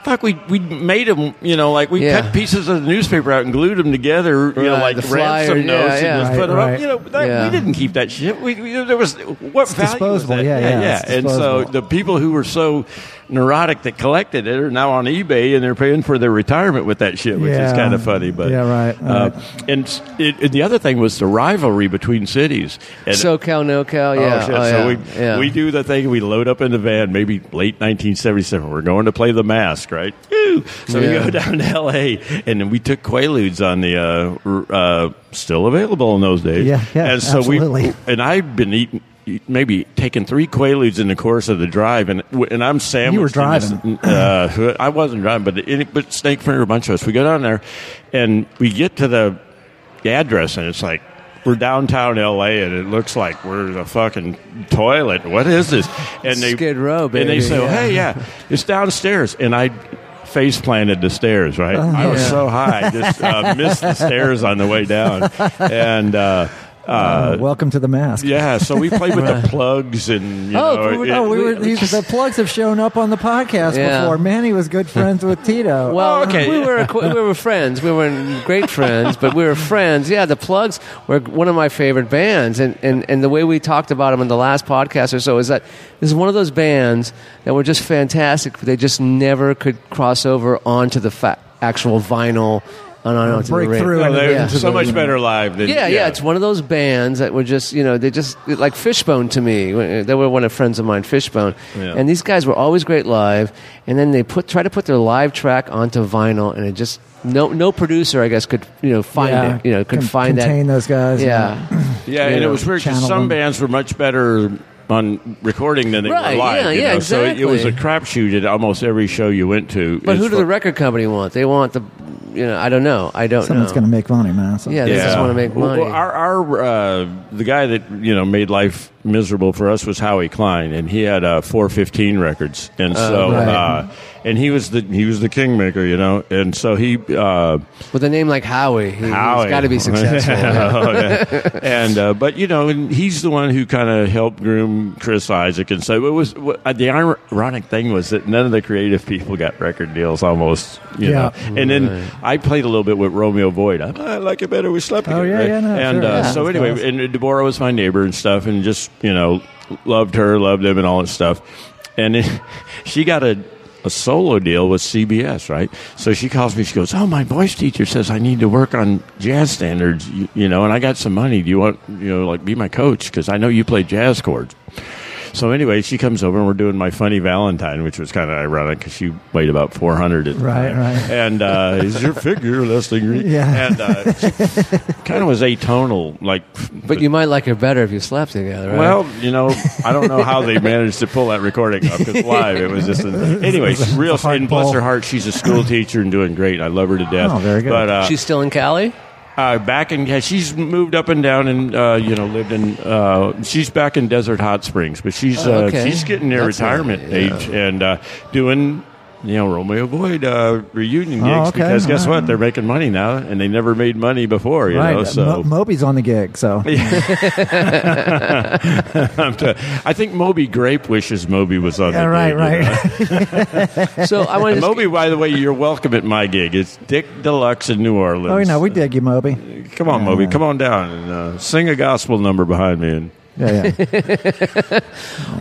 Fuck, we we made them. You know, like we
Yeah.
cut pieces of the newspaper out and glued them together. You know,
Right,
like
the flyer,
ransom
yeah,
notes and
yeah.
just
Right,
put them
right.
up. You know, that,
Yeah.
we didn't keep that shit. We, we there was what value
disposable,
was that?
yeah, yeah, it's
And so
disposable.
the people who were so neurotic that collected it are now on eBay and they're paying for their retirement with that shit, which
Yeah.
is kind of funny. But
Yeah, right,
Uh, and, s- it, and the other thing was the rivalry between cities. And
SoCal, NoCal,
Oh,
yeah.
shit.
Oh, yeah.
So we,
yeah.
we do the thing. We load up in the van, maybe late 1977. We're going to play The Mask, right? Woo! So
Yeah.
we go down to L.A. and then we took Quaaludes on the uh, r- uh, still available in those days.
Yeah, yeah,
And so
absolutely.
we and I've been eating. Maybe taking three Quaaludes in the course of the drive, and and I'm sandwiched. in this-
driving.
uh, I wasn't driving, but it, but Snake Finger, a bunch of us. We go down there, and we get to the address, and it's like we're downtown L.A., and it looks like we're in a fucking toilet. What is this? And
Skid Row,
And they
baby,
say,
yeah.
"Hey, yeah, it's downstairs," and I. Face planted the stairs, right? I was
Yeah.
so high, I just uh, missed the stairs on the way down, and uh, uh,
Welcome to the mask.
yeah. So we played with the plugs, and you
Oh,
know,
we
it-
were, oh, we were, these, the plugs have shown up on the podcast
Yeah.
before. Manny was good friends with Tito.
Well,
Oh, okay.
we were acqu- we were friends. We weren't great friends, but we were friends. Yeah, the Plugs were one of my favorite bands, and, and, and the way we talked about them in the last podcast or so is that this is one of those bands that were just fantastic. But they just never could cross over onto the fa- actual vinyl and onto the radio.
Breakthrough.
No, they're
Yeah.
so much better live than
Yeah, yeah, It's one of those bands that were just, you know, they just like Fishbone to me. They were one of friends of mine, Fishbone,
Yeah.
and these guys were always great live. And then they put try to put their live track onto vinyl, and it just no no producer, I guess, could you know find
Yeah.
it, you know, could
Con-
find that.
contain those guys.
Yeah,
Yeah,
you
and it
know,
was weird because
channel
some
them.
bands were much better on recording than they
Right,
were live.
yeah,
you
yeah,
know? So it- it was a
exactly.
crapshoot at almost every show you went to.
but
It's
who do
fu-
the record company want? They want the, you know, I don't know, I don't
Someone's
know.
going to make money, man. So-
Yeah, they just want to make
Well,
money.
Well, our our uh, the guy that you know made life
Oh,
miserable for us was Howie Klein, and he had uh, 415 records, and so
right.
uh, and he was the he was the kingmaker, you know. And so he uh,
With a name like Howie, he,
Howie.
has got to be successful. yeah.
Oh, yeah. and uh, but you know, and he's the one who kind of helped groom Chris Isaac, and so it was what, uh, the ironic thing was that none of the creative people got record deals, almost. You
Yeah.
know, and then I played a little bit with Romeo Void. I, I like it better with Slept.
Oh,
Again,"
yeah,
right?
yeah, no,
and
sure.
uh,
Yeah.
so
That's
anyway,
awesome.
and Deborah was my neighbor and stuff, and just you know, loved her, loved him, and all that stuff. And then she got a a solo deal with CBS, right? So she calls me. She goes, "Oh, my voice teacher says I need to work on jazz standards, you, you know, and I got some money. Do you want, you know, like be my coach because I know you play jazz chords." So anyway, she comes over and we're doing my funny Valentine, which was kind of ironic because she weighed about four hundred at the
Right,
time.
right.
And uh, is your figure Leslie Green?
Yeah.
And uh, kind of was atonal, like.
But you might like her better if you slept together, right?
Well, you know, I don't know how they managed to pull that recording off because live it was just. An, anyway, she's real.
hard
And bless
pull.
her heart, she's a school teacher and doing great. I love her to death.
Oh, very good.
But uh,
she's still in Cali?
uh, back in yeah, she's moved up and down and uh, you know lived in uh, she's back in Desert Hot Springs, but she's
Oh,
uh,
okay.
she's getting near
That's
retirement
a- yeah.
age and uh, doing. You know Romeo Boyd uh, reunion gigs
Oh, okay.
because guess
All right.
what they're making money now and they never made money before you
right. uh,
know so
Mo- Moby's on the gig, so
I'm t- I think Moby Grape wishes Moby was on
yeah,
the
right,
gig, you know?
right.
So I want
And
to
Moby by the way you're welcome at my gig it's Dick Deluxe in New Orleans
oh, you know, we dig you, Moby.
come on Moby come on down and uh, sing a gospel number behind me and
Yeah, yeah.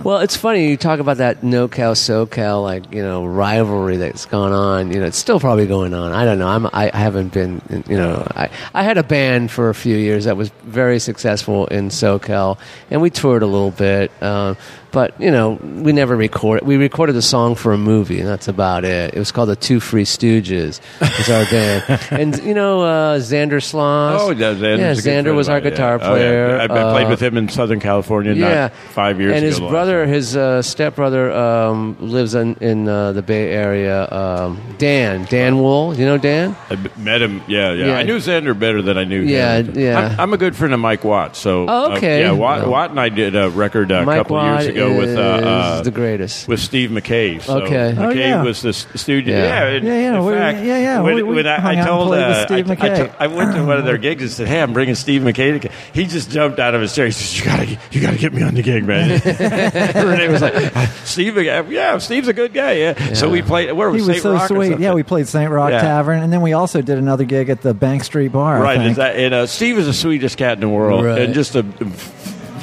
Well, it's funny you talk about that no cow so cow like you know rivalry that's gone on. You know, it's still probably going on. I don't know. I'm I, I haven't been. You know, I I had a band for a few years that was very successful in SoCal, and we toured a little bit. Uh, but you know, we never recorded. We recorded a song for a movie, and that's about it. It was called the Two Free Stooges. Was our band, and you know, uh, Xander Sloss.
Oh, yeah, Xander's
yeah,
a
Xander
good friend
was
of
our
mine, yeah.
guitar
Oh, yeah.
player.
I, I played
Uh,
with him in Southern California. not five years
and
ago.
his
last
brother,
time.
his uh, stepbrother, um, lives in, in uh, the Bay Area. Um, Dan, Dan Wool, you know Dan?
I b- met him. Yeah, yeah,
Yeah.
I knew Xander better than I knew.
Yeah,
him.
yeah.
I'm, I'm a good friend of Mike Watt. So,
Oh,
uh,
okay.
yeah, Watt,
Well.
Watt and I did a record uh, a
Mike
couple
Watt
years ago with uh,
is
uh,
the greatest.
with Steve McKay. So
Okay.
McKay
Oh, yeah.
was the s- studio.
Yeah.
Yeah, in,
Yeah, yeah,
in
we-
fact,
yeah, yeah,
When,
we- we
when
hung
I, I
out and
told,
played with
uh,
Steve
I, I
McKay.
to- I went to one of their gigs and said, "Hey, I'm bringing Steve McKay." To, he just jumped out of his chair. He says, "You gotta, you gotta get me on the gig, man." Renee was like, "Steve, McKay- yeah, Steve's a good guy." Yeah. So we played. Where
he
was
was
Saint
so
Rock or
sweet.
something?
Yeah, we played Saint Rock
Yeah.
Tavern, and then we also did another gig at the Bank Street Bar. I
Right.
think.
Is that, and uh, Steve is the sweetest cat in the world,
Right.
and just a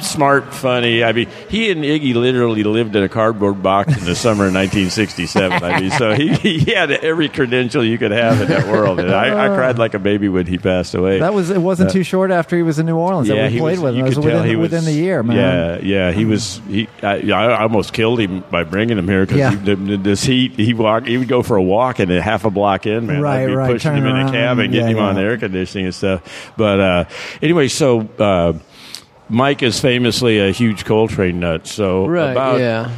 smart, funny. I mean, he and Iggy literally lived in a cardboard box in the summer of 1967. I mean, so he, he had every credential you could have in that world. And I, I cried like a baby when he passed away.
That was it. Wasn't too short after he was in New Orleans that we
he
played
was-
with him.
you
It was
could
within,
tell he was-
within the year, man.
Yeah, yeah, he was. He, I, I almost killed him by bringing him here because
Yeah.
this heat. He walk. He would go for a walk and a half a block in, man.
Right,
I'd be
right,
Pushing
turn
him in
around,
a cab and
yeah,
getting him on
yeah.
air conditioning and stuff. But uh, anyway, so. Uh, Mike is famously a huge Coltrane nut, so
Right,
about
yeah.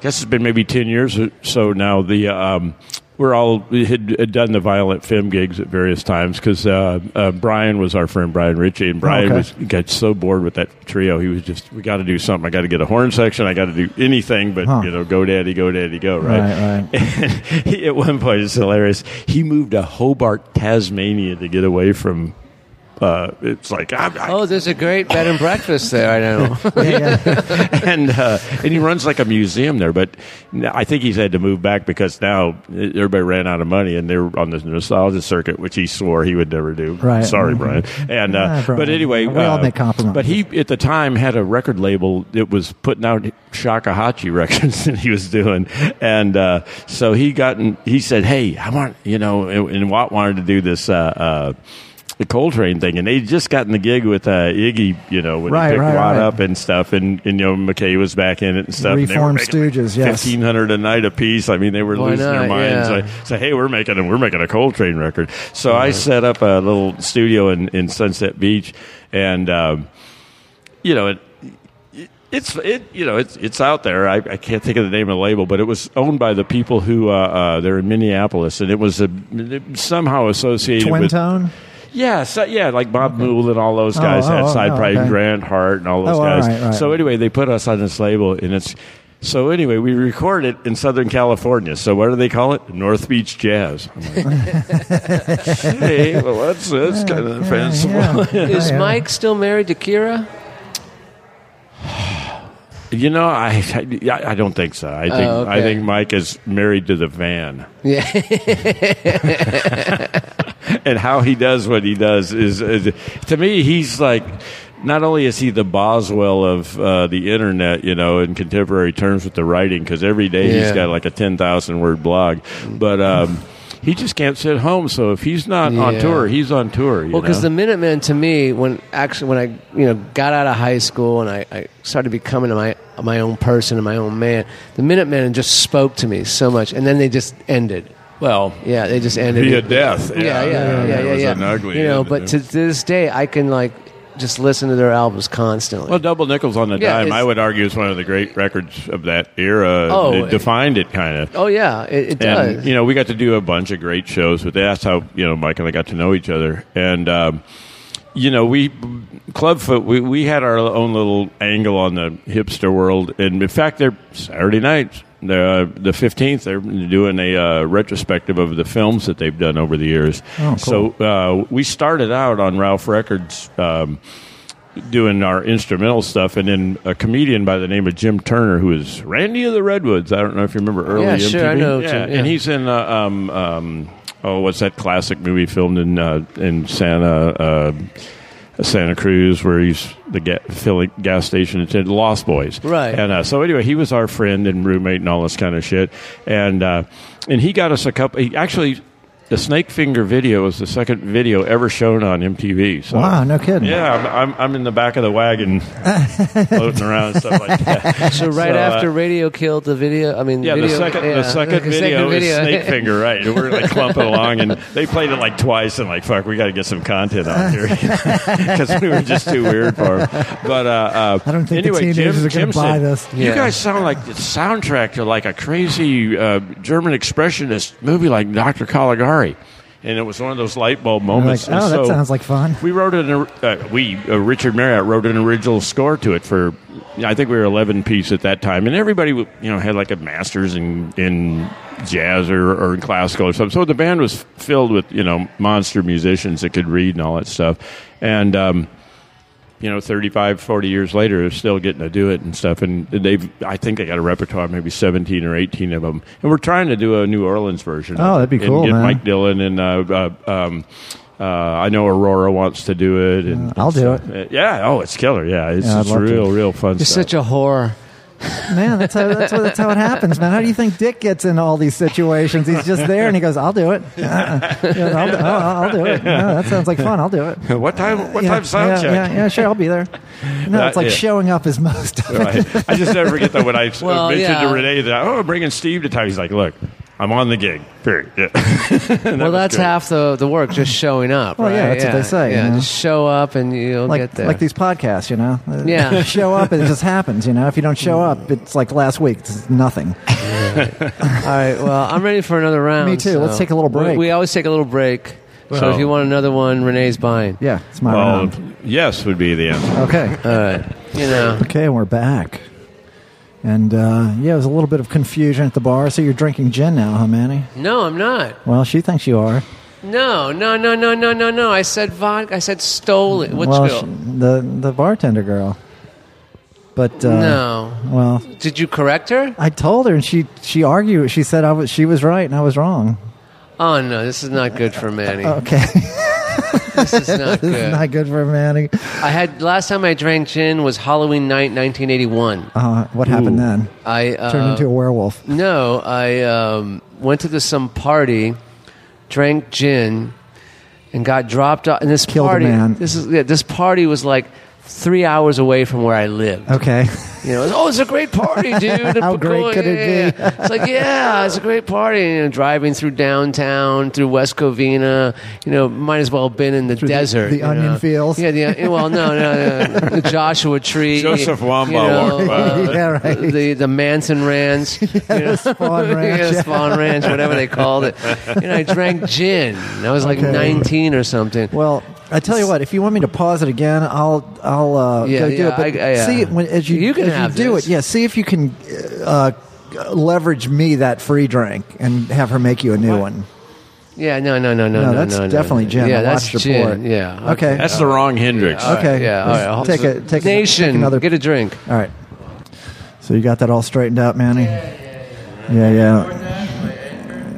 guess it's been maybe 10 years or so now the um, we're all we had, had done the violent film gigs at various times because uh, uh, brian was our friend brian ritchie and brian
Okay.
was, got so bored with that trio he was just we got to do something i got to get a horn section i got to do anything but
Huh.
you know go daddy go daddy go right,
Right, right.
And he, at one point it's hilarious he moved to hobart tasmania to get away from uh, it's like I, I,
Oh, there's a great bed and breakfast there, I know.
Yeah, yeah.
and uh, and he runs like a museum there. But I think he's had to move back because now everybody ran out of money, and they were on the nostalgia circuit, which he swore he would never do.
Right.
Sorry, Brian. And uh,
Ah, Brian.
but anyway,
We all
uh,
make compliments.
But he at the time had a record label that was putting out Shakuhachi records that he was doing, and uh, so he gotten he said, "Hey, I want you know," and, and Watt wanted to do this. Uh, uh, the Coltrane thing, and they'd just gotten the gig with uh, Iggy, you know, when
Right,
he picked
right,
Watt
right.
up and stuff, and, and you know McKay was back in it and stuff.
Reformed Stooges,
yeah,
yes.
fifteen hundred a night a piece. I mean, they were
Why
losing
not?
their minds.
Yeah. Uh-huh.
Like, so hey, we're making a, we're making a Coltrane record. So I set up a little studio in, in Sunset Beach, and um, you know it. It's it you know it's it's out there. I, I can't think of the name of the label, but it was owned by the people who uh, uh, they're in Minneapolis, and it was a, somehow associated
Twin
with
Tone.
yeah, so, yeah, like Bob Mould and all those guys
oh,
that
oh,
side
oh,
probably
okay.
Grant Hart and all those
Oh, all
guys.
right, right.
So anyway, they put us on this label, and it's So anyway, we record it in Southern California. So what do they call it? North Beach Jazz. I'm like, hey, well that's that's kind of offensive.
Is Mike still married to Kira?
You know, I, I I don't think so. I think
Oh, okay.
I think Mike is married to the van,
Yeah.
and how he does what he does is, is to me he's like. Not only is he the Boswell of uh, the internet, you know, in contemporary terms with the writing, because every day he's
Yeah.
got like a ten thousand word blog, but um, he just can't sit home. So if he's not on
Yeah.
tour, he's on tour. You
Well, because the
know?
Minutemen to me, when actually when I you know got out of high school and I, I started becoming my my own person and my own man, the Minutemen just spoke to me so much, and then they just ended.
well,
Yeah, they just ended.
Via
it.
death.
Yeah, yeah, yeah, yeah.
That was
yeah.
an ugly
You know,
end.
but to this day, I can like just listen to their albums constantly.
Well, Double Nickels on the
Yeah,
Dime,
it's-
I would argue, is one of the great records of that era.
Oh,
it defined it kind of.
oh yeah, it, it does.
And you know, we got to do a bunch of great shows with. That's how you know Mike and I got to know each other. And um, you know, we Clubfoot, we we had our own little angle on the hipster world. And in fact, they're Saturday nights. They're, uh, the fifteenth, they're doing a uh, retrospective of the films that they've done over the years.
Oh, cool.
So uh, we started out on Ralph Records. Um, doing our instrumental stuff, and then a comedian by the name of Jim Turner, who is Randy of the Redwoods. I don't know if you remember early
Yeah,
MTV.
sure, I know
Yeah,
Jim, yeah.
and he's in uh, um, um, oh, what's that classic movie filmed in uh, in Santa uh, Santa Cruz where he's the ga- filling gas station attendant, Lost Boys,
Right.
And uh, so anyway, he was our friend and roommate and all this kind of shit, and uh, and he got us a couple. He actually. The Snake Finger video was the second video ever shown on MTV. So
Wow, no kidding.
yeah, I'm, I'm, I'm in the back of the wagon, floating around and stuff like that.
so right
so, uh,
after Radio killed the video, I mean,
Yeah,
video,
the second the second video is Snake Finger, right? And we're like clumping along, and they played it like twice, and like fuck, we got to get some content on here because we were just too weird for them. But uh, uh,
I don't think the
anyway,
teenagers are
Jim,
gonna
Jim
buy
said,
this.
Yeah.
You guys sound like the soundtrack to like a crazy uh, German expressionist movie like Doctor Caligari. And it was one of those light bulb
They're
moments.
Like,
And
oh, that
so-
sounds like fun.
we wrote an uh, we uh, Richard Marriott wrote an original score to it for I think we were eleven piece at that time, and everybody you know had like a master's in in jazz or, or in classical or something. So the band was filled with you know monster musicians that could read and all that stuff, and. Um, you know 35 40 years later they're still getting to do it and stuff and they've i think they got a repertoire of maybe 17 or 18 of them and we're trying to do a new orleans version of
Oh, that'd
it
be
and
cool,
get
man.
mike dylan and uh, uh, um, uh, i know aurora wants to do it and
I'll do it.
uh, yeah oh it's killer yeah it's,
Yeah, I'd
it's
love to.
real real fun
You're
stuff
such a whore.
Man, that's how, that's, what, that's how it happens, man. How do you think Dick gets into all these situations? He's just there and he goes, I'll do it. Uh-uh. He goes, I'll, do- oh, I'll do it. No, that sounds like fun. I'll do it.
what time what
Yeah,
time sound
yeah,
check
Yeah, yeah, sure, I'll be there. No,
Uh,
it's like
yeah.
showing up is most of it.
Right. I just never forget that when I s-
Well,
mentioned
yeah.
to Renee that oh I'm bringing Steve to town he's like look I'm on the gig period yeah.
well, that's
good.
half the the work, just showing up.
Well, yeah,
right?
that's what they say,
Yeah,
you know.
just show up and you'll
Like,
get there.
like these podcasts, you know? Uh,
Yeah.
show up and it just happens, you know? If you don't show up, it's like last week. It's nothing.
All right, well, I'm ready for another round.
Me too. Let's take a little
We,
break.
we always take a little break. so
Well-
if you want another one, Renee's buying.
Yeah, it's my
well uh,
round.
yes would be the answer
Okay.
All right, you know.
Okay, and we're back. And uh, yeah, there's a little bit of confusion at the bar. So you're drinking gin now, huh, Manny?
No, I'm not.
Well, she thinks you are.
No, no, no, no, no, no, no. I said vodka. I said stole it. Which
well,
girl?
she- the the bartender girl. But uh,
no.
well,
Did you correct her?
I told her, and she she argued. She said I was she was right, and I was wrong.
Oh no, this is not good for Manny.
Okay,
This is not
Oh, this is
good.
not good for Manny.
I had last time I drank gin was Halloween night, 1981.
Uh, what happened
Ooh.
then?
I uh,
Turned into a werewolf.
No, I um, went to this some party, drank gin, and got dropped off. And this
Killed a
party,
man.
this is yeah, this party was like three hours away from where I lived.
Okay,
You know, it was, oh, it's a great party, dude.
How great could it be?
Yeah, yeah. It's like, yeah, it's a great party. You know, driving through downtown, through West Covina, you know, might as well have been in the
the-
desert.
the
you
onion
know.
fields.
Yeah, the, well, no, no, no, the Joshua Tree.
Joseph
you
Wamba
know,
walked by.
uh,
Yeah, right.
The, the Manson Ranch. you know.
Spawn Ranch.
yeah, Spawn Ranch, whatever they called it. And I drank gin. I was like
Okay.
19 or something.
Well, I tell you what, if you want me to pause it again, I'll I'll uh,
Yeah,
go do
yeah,
it. But
I- I, uh,
see when, as you
you can
as
have
you do
this.
it, yeah. See if you can uh, uh, leverage me that free drink and have her make you a new one.
Yeah, no, no, no, no,
No,
no.
that's
no, no,
definitely
no.
gin.
Yeah,
I
that's
watched your
gin.
pour.
Yeah.
Okay.
That's the wrong Hendrix.
All right,
Okay,
Yeah.
let's
All right.
take a- take a-
Nation.
take another-
Get a drink.
All right. So you got that all straightened out, Manny? Yeah, yeah.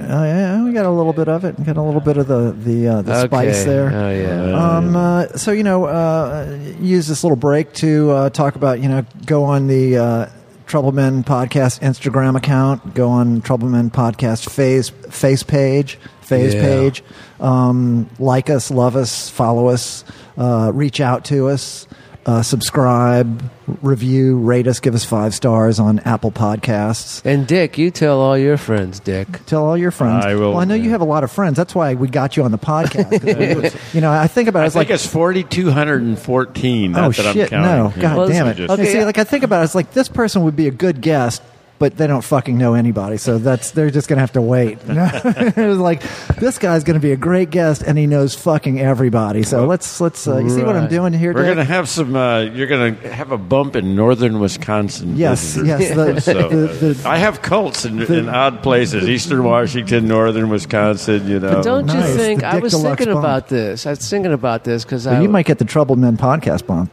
Oh yeah, we got a little bit of it. We got a little bit of the the, uh, the
Okay.
spice there.
Oh yeah.
Um, uh, so you know, uh, use this little break to uh, talk about you know go on the uh, Troublemen podcast Instagram account, go on Troublemen podcast face face page phase
Yeah.
page, um, like us, love us, follow us, uh, reach out to us. Uh, subscribe, review, rate us, give us five stars on Apple Podcasts.
And Dick, you tell all your friends, Dick.
Tell all your friends.
I will,
Well, I know you
yeah.
have a lot of friends. That's why we got you on the podcast. 'Cause we- you know, I think about it.
I
it's
think
like,
it's 4,214. Not
oh
that
shit!
I'm counting.
No,
Yeah.
god
Well,
damn it.
it's-
And
okay,
see,
yeah.
like I think about it, it's like this person would be a good guest, but they don't fucking know anybody, so that's they're just gonna have to wait. it was like this guy's gonna be a great guest, and he knows fucking everybody. So let's let's uh, you see what I'm
Right.
doing here.
We're
Dave?
gonna have some. Uh, you're gonna have a bump in northern Wisconsin.
Yes,
visitors.
yes, the-
so, uh,
the- the-
I have cults in, in odd places: Eastern Washington, Northern Wisconsin. You know,
Don't
nice.
you think?
The
I
Dick
was
Deluxe
thinking
bump.
about this. I was thinking about this because I
you might get the Trouble Men podcast bomb.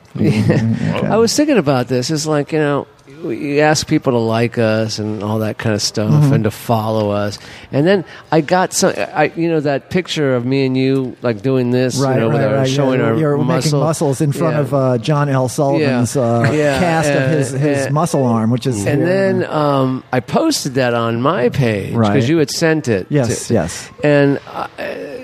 I was thinking about this. It's like, you know, you ask people to like us and all that kind of stuff
Mm-hmm.
and to follow us. And then I got some, I, you know, that picture of me and you like doing this,
Right,
you know, with
right,
our,
right.
showing
you're,
our
you're
muscle.
making muscles in front
Yeah.
of uh, John L. Sullivan's Uh,
Yeah,
cast of
and-
his, his
and-
muscle arm, which is
and then um, I posted that on my page because
Right.
you had sent it.
Yes,
to-
yes.
And I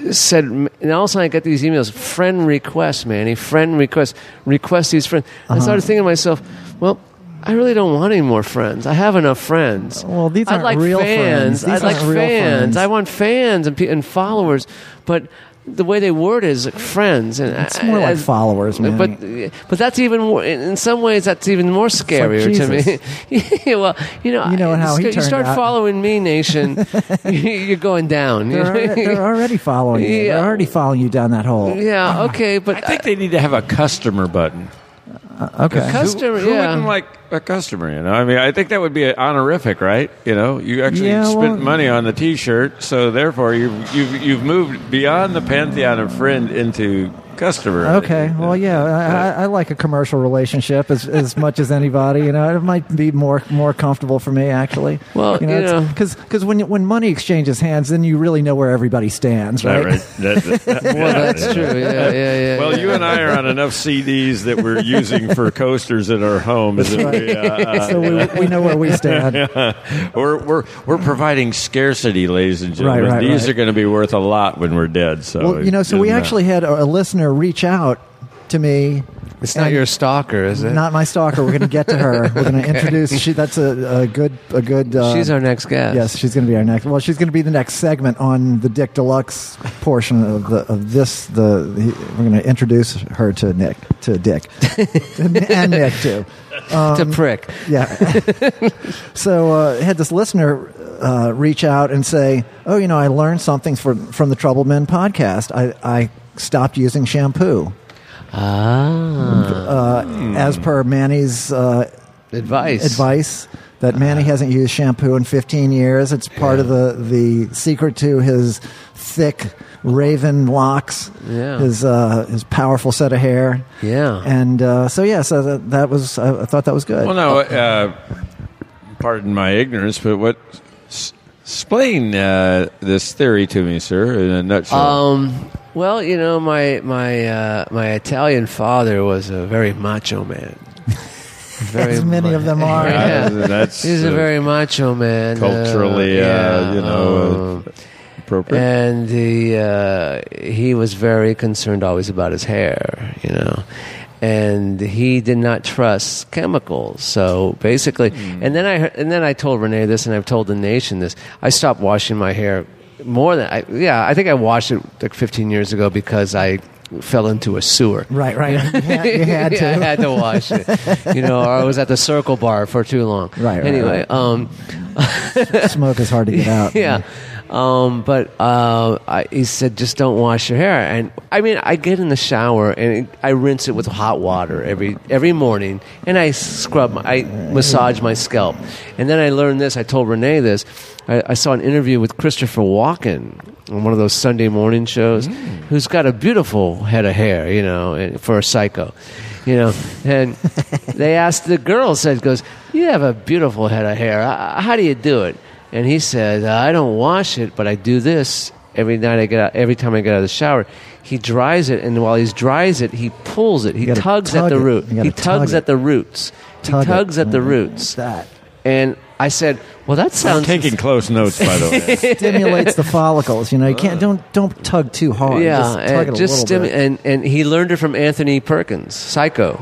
uh, said, and all of a sudden I got these emails, friend requests, Manny, friend requests, request these friends.
Uh-huh.
I started thinking to myself, well, I really don't want any more friends. I have enough friends.
Well, these
I'd
aren't
like
real friends.
fans.
These
I'd like
aren't real
fans.
friends.
I want fans and, pe- and followers, but the way they word it is like friends. And
It's more like followers, Manny.
But but that's even more, in in some ways that's even more scarier
Jesus.
to me. yeah, well, you know,
You know
I-
how he
you
turned
start
out.
following me, nation. you're going down.
they're already, they're already following you. They're
Yeah.
already following you down that hole.
yeah, okay, but
I think they need to have a customer button.
Okay.
Who- Customer,
Who
yeah.
wouldn't like a customer? You know, I mean, I think that would be an honorific, right? You know, you actually
Yeah,
spent
well-
money on the T-shirt, so therefore you've you've, you've moved beyond the pantheon of friend into customer.
Okay. Well, yeah, I, I, I like a commercial relationship as, as much as anybody. You know, it might be more more comfortable for me actually.
Well, you know-
because when when money exchanges hands, then you really know where everybody stands,
All
right?
right. That- that-
well, that's true. Yeah, yeah, yeah.
Well,
yeah.
you and I are on enough CDs that we're using for coasters in our homes. that
right.
we, uh,
So we, we know where we stand.
uh, we're, we're, we're providing scarcity, ladies and gentlemen.
Right, right,
These
right.
are going to be worth a lot when we're dead. So
Well, you know, so we
uh,
actually had a, a listener reach out to me.
it's not
and-
your stalker, is it?
Not my stalker. We're going to get to her. We're going to introduce. She, that's a, a good a good. Uh,
She's our next guest.
Yes, she's going to be our next. Well, she's going to be the next segment on the Dick Deluxe portion of the of this. The, the we're going to introduce her to Nick to Dick and, and Nick too.
it's
um,
a prick.
Yeah. so uh, had this listener uh, reach out and say, "Oh, you know, I learned something from from the Troubled Men podcast. I I stopped using shampoo um,
Ah,
uh, as per Manny's." Uh,
advice.
advice that Manny
Uh,
hasn't used shampoo in 15 years. It's part of the the secret to his thick raven locks,
Yeah.
his uh, his powerful set of hair.
Yeah.
and uh, so yeah, so that, that was I, I thought that was good.
Well, no, uh, pardon my ignorance, but what. s- Explain uh, this theory to me, sir, in a nutshell.
Um, well, you know, my my uh, my Italian father was a very macho man. Very
As many of them are.
Yeah.
Uh, that's
He's a
uh,
very macho man. um,
culturally, uh, you know, uh, appropriate.
and the uh, he was very concerned always about his hair, you know, and he did not trust chemicals. So basically,
Hmm.
and then I heard- and then I told Renee this, and I've told the nation this. I stopped washing my hair more than I, yeah. I think I washed it like 15 years ago because I fell into a sewer.
right, right. You had, you had to.
I had to wash it, you know, or I was at the Circle Bar for too long.
Right, right,
Anyway, um,
Smoke is hard to get out.
yeah. Um, but uh, I, he said, just don't wash your hair. And I mean, I get in the shower and it, I rinse it with hot water every every morning, and I scrub, my, I massage my scalp. And then I learned this. I told Renee this. I, I saw an interview with Christopher Walken on one of those Sunday morning shows,
Mm.
who's got a beautiful head of hair, you know, and- for a psycho you know. And they asked the girl, said, "Goes, you have a beautiful head of hair. Uh, How do you do it?" And he said, "I don't wash it, but I do this every night. I get out, every time I get out of the shower. He dries it, and while he dries it, he pulls it. He
gotta
tugs at
tug
the
it.
root.
You gotta
He
tug
tugs
it.
at the roots. He
Tug it.
tugs at the
Mm,
roots."
That
And I said, "Well, that
I'm
sounds
taking close notes, by the way.
stimulates the follicles. You know, you can't don't don't tug too hard.
Uh. Yeah,
just tug
and
it a little
just stimu-
bit.
and and he learned it from Anthony Perkins, Psycho.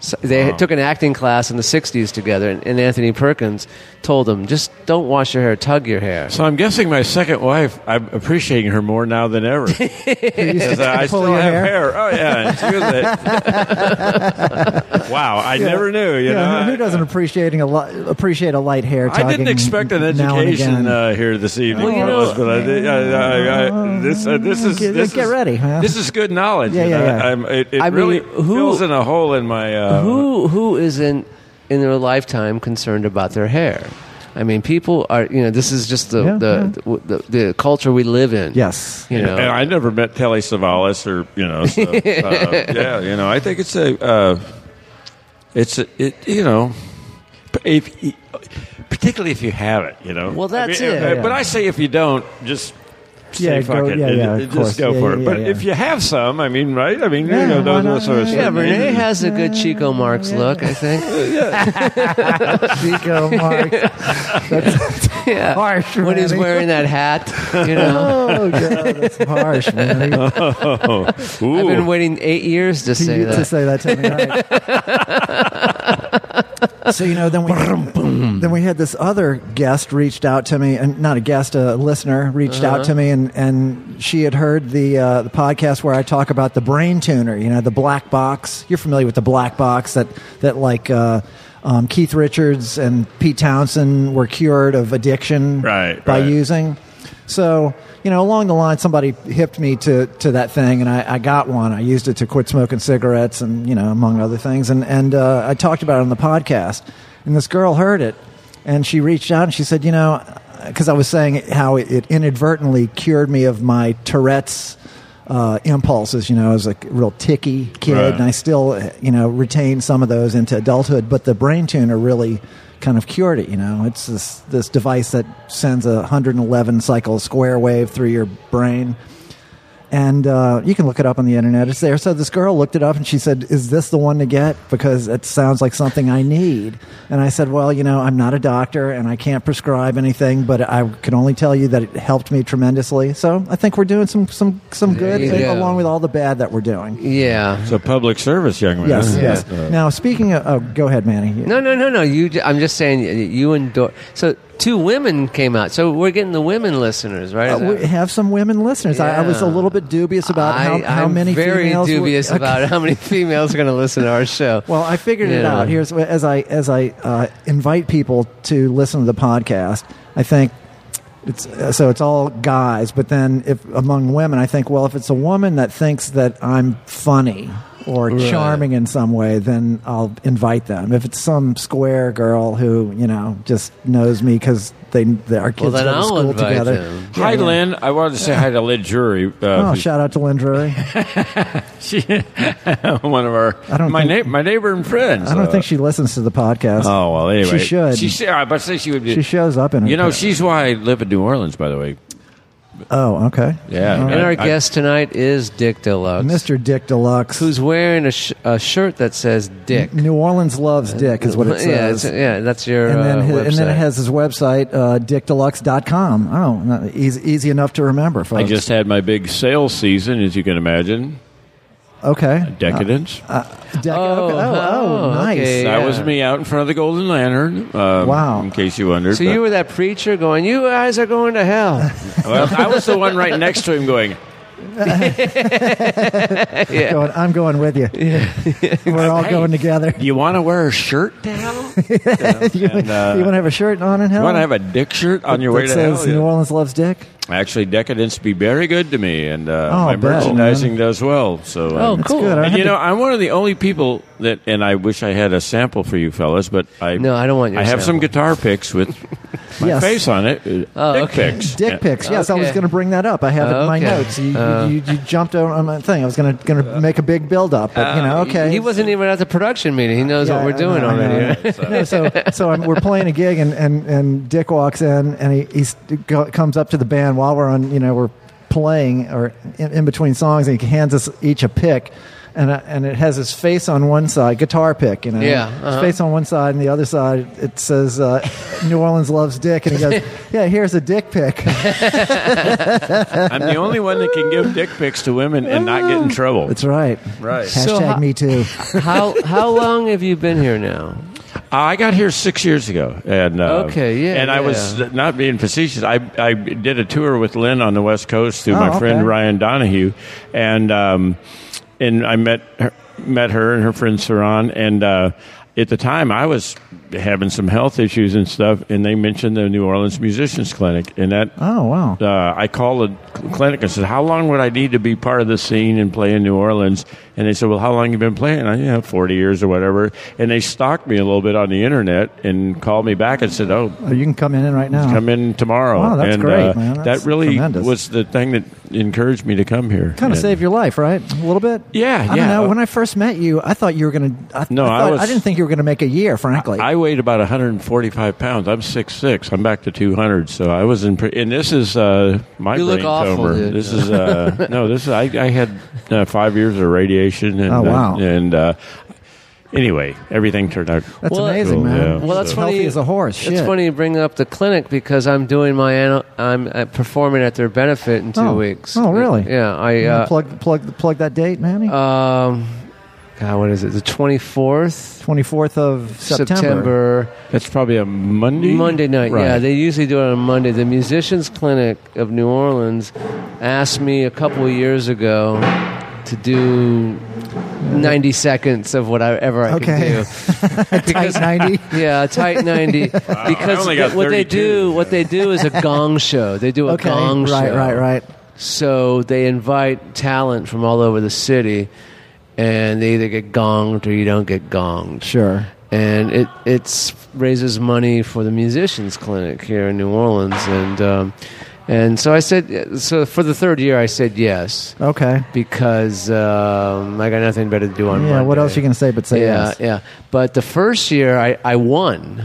So they had- took an acting class in the '60s together, and, and Anthony Perkins told him, "Just don't wash your hair, tug your hair."
So I'm guessing my second wife, I'm appreciating her more now than ever. 'Cause
You just
I
pull
still
your
have hair. Oh yeah, and she was a- wow, I never knew. You
Yeah,
know,
who, who doesn't appreciating a li- appreciate a light hair?
I didn't
tugging
expect an
now and
education
again?
uh, here this evening,
Well, you
from us,
know-
but I did. I, I, I, this, uh, this is
Get-
this
get
is-
ready, huh?
This is good knowledge.
Yeah,
and
yeah, yeah.
I, I'm, it it
I mean,
really
who-
fills in a hole in my. Uh,
who who isn't in their lifetime concerned about their hair? I mean, people are. You know, this is just the
Yeah,
the, The, the culture we live in.
Yes.
you know.
And I never met Telly Savalas, or you know, so, uh, yeah, you know. I think it's a, uh, it's a, it, you know, p- if y- particularly if you have it, you know.
Well, that's
I mean,
it.
uh,
Yeah.
But I say if you don't, just. Say
Yeah,
fuck
go-
it.
yeah,
and-
yeah,
and
of course.
just go
Yeah,
for
yeah,
it.
yeah,
but
yeah.
if you have some, I mean, right? I mean,
Yeah,
you know,
why
those, those
not?
sort of
yeah,
things.
Renee has a good Chico Marx look, I think.
Chico Marx. That's
Yeah.
harsh.
When he's
Manny.
wearing that hat, you know.
Oh, God, that's harsh, man.
Ooh.
I've been waiting eight years to say
you
that.
to say that to me. Right? so you know, then we then we had this other guest reached out to me, and not a guest, a listener reached out to me, and and she had heard the uh, the podcast where I talk about the brain tuner. You know, the black box. You're familiar with the black box that that like. Uh, um, Keith Richards and Pete Townsend were cured of addiction
Right,
by
right.
using using. So, you know, along the line, somebody hipped me to, to that thing, and I, I got one. I used it to quit smoking cigarettes and, you know, among other things. And, and uh, I talked about it on the podcast. And this girl heard it, and she reached out and she said, you know, because I was saying how it, it inadvertently cured me of my Tourette's uh, impulses. You know, I was a real ticky kid,
Right.
and I still, you know, retain some of those into adulthood. But the brain tuner really kind of cured it. You know, it's this this device that sends a 111 cycle square wave through your brain, and uh, you can look it up on the internet. It's there. So this girl looked it up, and she said, "Is this the one to get? Because it sounds like something I need." And I said, "Well, you know, I'm not a doctor, and I can't prescribe anything, but I can only tell you that it helped me tremendously. So I think we're doing some some some good
you go.
along with all the bad that we're doing."
yeah.
It's a public service, young man.
Yes,
Yeah.
yes. Now speaking of, oh, go ahead, Manny.
No, no, no, no. You, j- I'm just saying y- you endorse. So two women came out. So we're getting the women listeners, right?
Uh, we have some women listeners. I, I was a
Yeah.
little bit dubious about how,
I,
how
I'm
many
very
females were-
dubious
Okay.
about how many females are going to listen to our show.
Well, I figured it
Yeah.
out. Here's as I as I uh, invite people to listen to the podcast. I think it's uh, so it's all guys, but then if among women, I think well, if it's a woman that thinks that I'm funny or charming in some way, then I'll invite them. If it's some square girl who you know just knows me because they, they our kids
then
go to
I'll
school
invite
together.
them.
Yeah,
Hi,
yeah.
Lynn. I wanted to say hi to Lynn Jury. Uh,
Oh,
who's-
shout out to Lynn Drury.
she, one of our
I don't
my
think-
na- my neighbor and friends.
I don't
uh,
think she listens to the podcast.
Oh well, anyway,
She should.
She should. I must say she would. Be,
She shows up in her
You know,
pants.
she's why I live in New Orleans, by the way.
Oh, okay.
Yeah,
and our
I-
guest tonight is Dick Deluxe,
Mr. Dick Deluxe.
who's wearing a, sh- a shirt that says Dick.
New Orleans loves Dick is what it
Uh, Yeah,
says.
it's- yeah, that's your
and then,
uh,
his, and then
website.
it has his website, uh, dickdeluxe.com. Oh, no, easy, easy enough to remember, folks.
I just had my big sales season, as you can imagine.
okay.
Decadence.
Dec- okay.
Oh,
oh, oh,
oh,
nice.
okay.
That
yeah.
was me out in front of the Golden Lantern. Um,
Wow.
In case you wondered.
so you were that preacher going, "You guys are going to hell."
well, I was the one right next to him going,
Going, I'm going with you. We're all
Hey.
going together.
Do you want to wear a shirt to hell? you
you want to have a shirt on in hell?
want to uh, have a dick shirt on your way
that
to
says
hell?
New Orleans loves Dick?
Actually, Decadence be very good to me, and uh,
Oh, I
my
bet,
merchandising does well. So,
Oh,
um,
That's
Cool.
good. I
and
had
you
to-
know, I'm one of the only people that, and I wish I had a sample for you fellas, but I
No, I don't want your
I have some
sample.
guitar picks with my
Yes.
face on it. uh,
Oh,
dick
okay.
pics.
Dick
Yeah.
pics. Yes, I was
Okay.
going to bring that up. I have it in my
Okay.
notes. You,
Uh.
you, you jumped over on my thing. I was going to going
Uh.
to make a big build up, but you know, okay.
Uh, He wasn't even at the production meeting. He knows
Yeah,
what
I
we're
know,
doing
I know.
already. right?
No, so so I'm, we're playing a gig and, and, and Dick walks in and he he's, go, comes up to the band while we're on you know we're playing or in, in between songs and he hands us each a pick and I, and it has his face on one side guitar pick you know
Yeah,
his
uh-huh.
face on one side and the other side it says uh, New Orleans loves Dick and he goes yeah here's a Dick pick
I'm the only one that can give dick pics to women and not get
Ah.
in trouble.
that's right
Right.
hashtag
So ho-
me too
How how long have you been here now?
Uh, I got here six years ago, and uh,
Okay, yeah,
and I
yeah.
was not being facetious. I I did a tour with Lynn on the West Coast through
Oh,
my
okay.
friend Ryan Donahue, and um, and I met her, met her and her friend Saran, and uh, at the time I was having some health issues and stuff, and they mentioned the New Orleans Musicians Clinic, and that
oh wow
uh, I called the cl- clinic and said, "How long would I need to be part of the scene and play in New Orleans?" And they said, "Well, how long you been playing?" I, yeah, forty years or whatever. And they stalked me a little bit on the internet and called me back and said, "Oh,
oh, you can come in right now
come in tomorrow."
Wow, that's
and, uh,
great, man. That's
that really
tremendous.
was the thing that encouraged me to come here.
kind of
And-
saved your life, right? A little bit.
Yeah,
I don't
yeah.
know. When I first met you, I thought you were gonna. I,
No,
I,
I
thought-
was-
didn't think you were gonna make a year. Frankly,
I weighed about 145 pounds. I'm 6'6". I'm back to 200. So I was in. Pre- and this is uh, my
You
brain
look awful,
tumor.
dude.
This is uh, no. This is I, I had uh, five years of radiation. And,
Oh,
uh,
wow.
and uh, anyway, everything turned out.
that's
Well,
amazing,
cool,
man.
yeah.
Well, that's
Healthy
funny.
as a horse.
It's
Shit.
funny you bring up the clinic because I'm doing my ana- I'm uh, performing at their benefit in two
Oh.
weeks.
Oh, really?
Yeah, I
You wanna
uh,
plug plug plug that date, Manny.
um, God, what is it? The 24th
Twenty fourth of September.
September
That's probably a Monday.
Monday night.
Right.
Yeah, they usually do it on Monday. The Musicians Clinic of New Orleans asked me a couple of years ago to do 90 seconds of whatever I
Okay.
could do.
Tight
Because-
ninety.
yeah, a tight 90 because
only got
what they
32.
do what they do is a gong show. They do a
Okay.
gong
right,
show.
right, right.
So they invite talent from all over the city and they either get gonged or you don't get gonged
Sure.
and it it's raises money for the musicians clinic here in New Orleans, and um, and so I said so for the third year I said yes
Okay.
because um, I got nothing better to do on
Yeah.
Monday.
What else you gonna say but say
yeah
yes?
yeah but the first year I I won.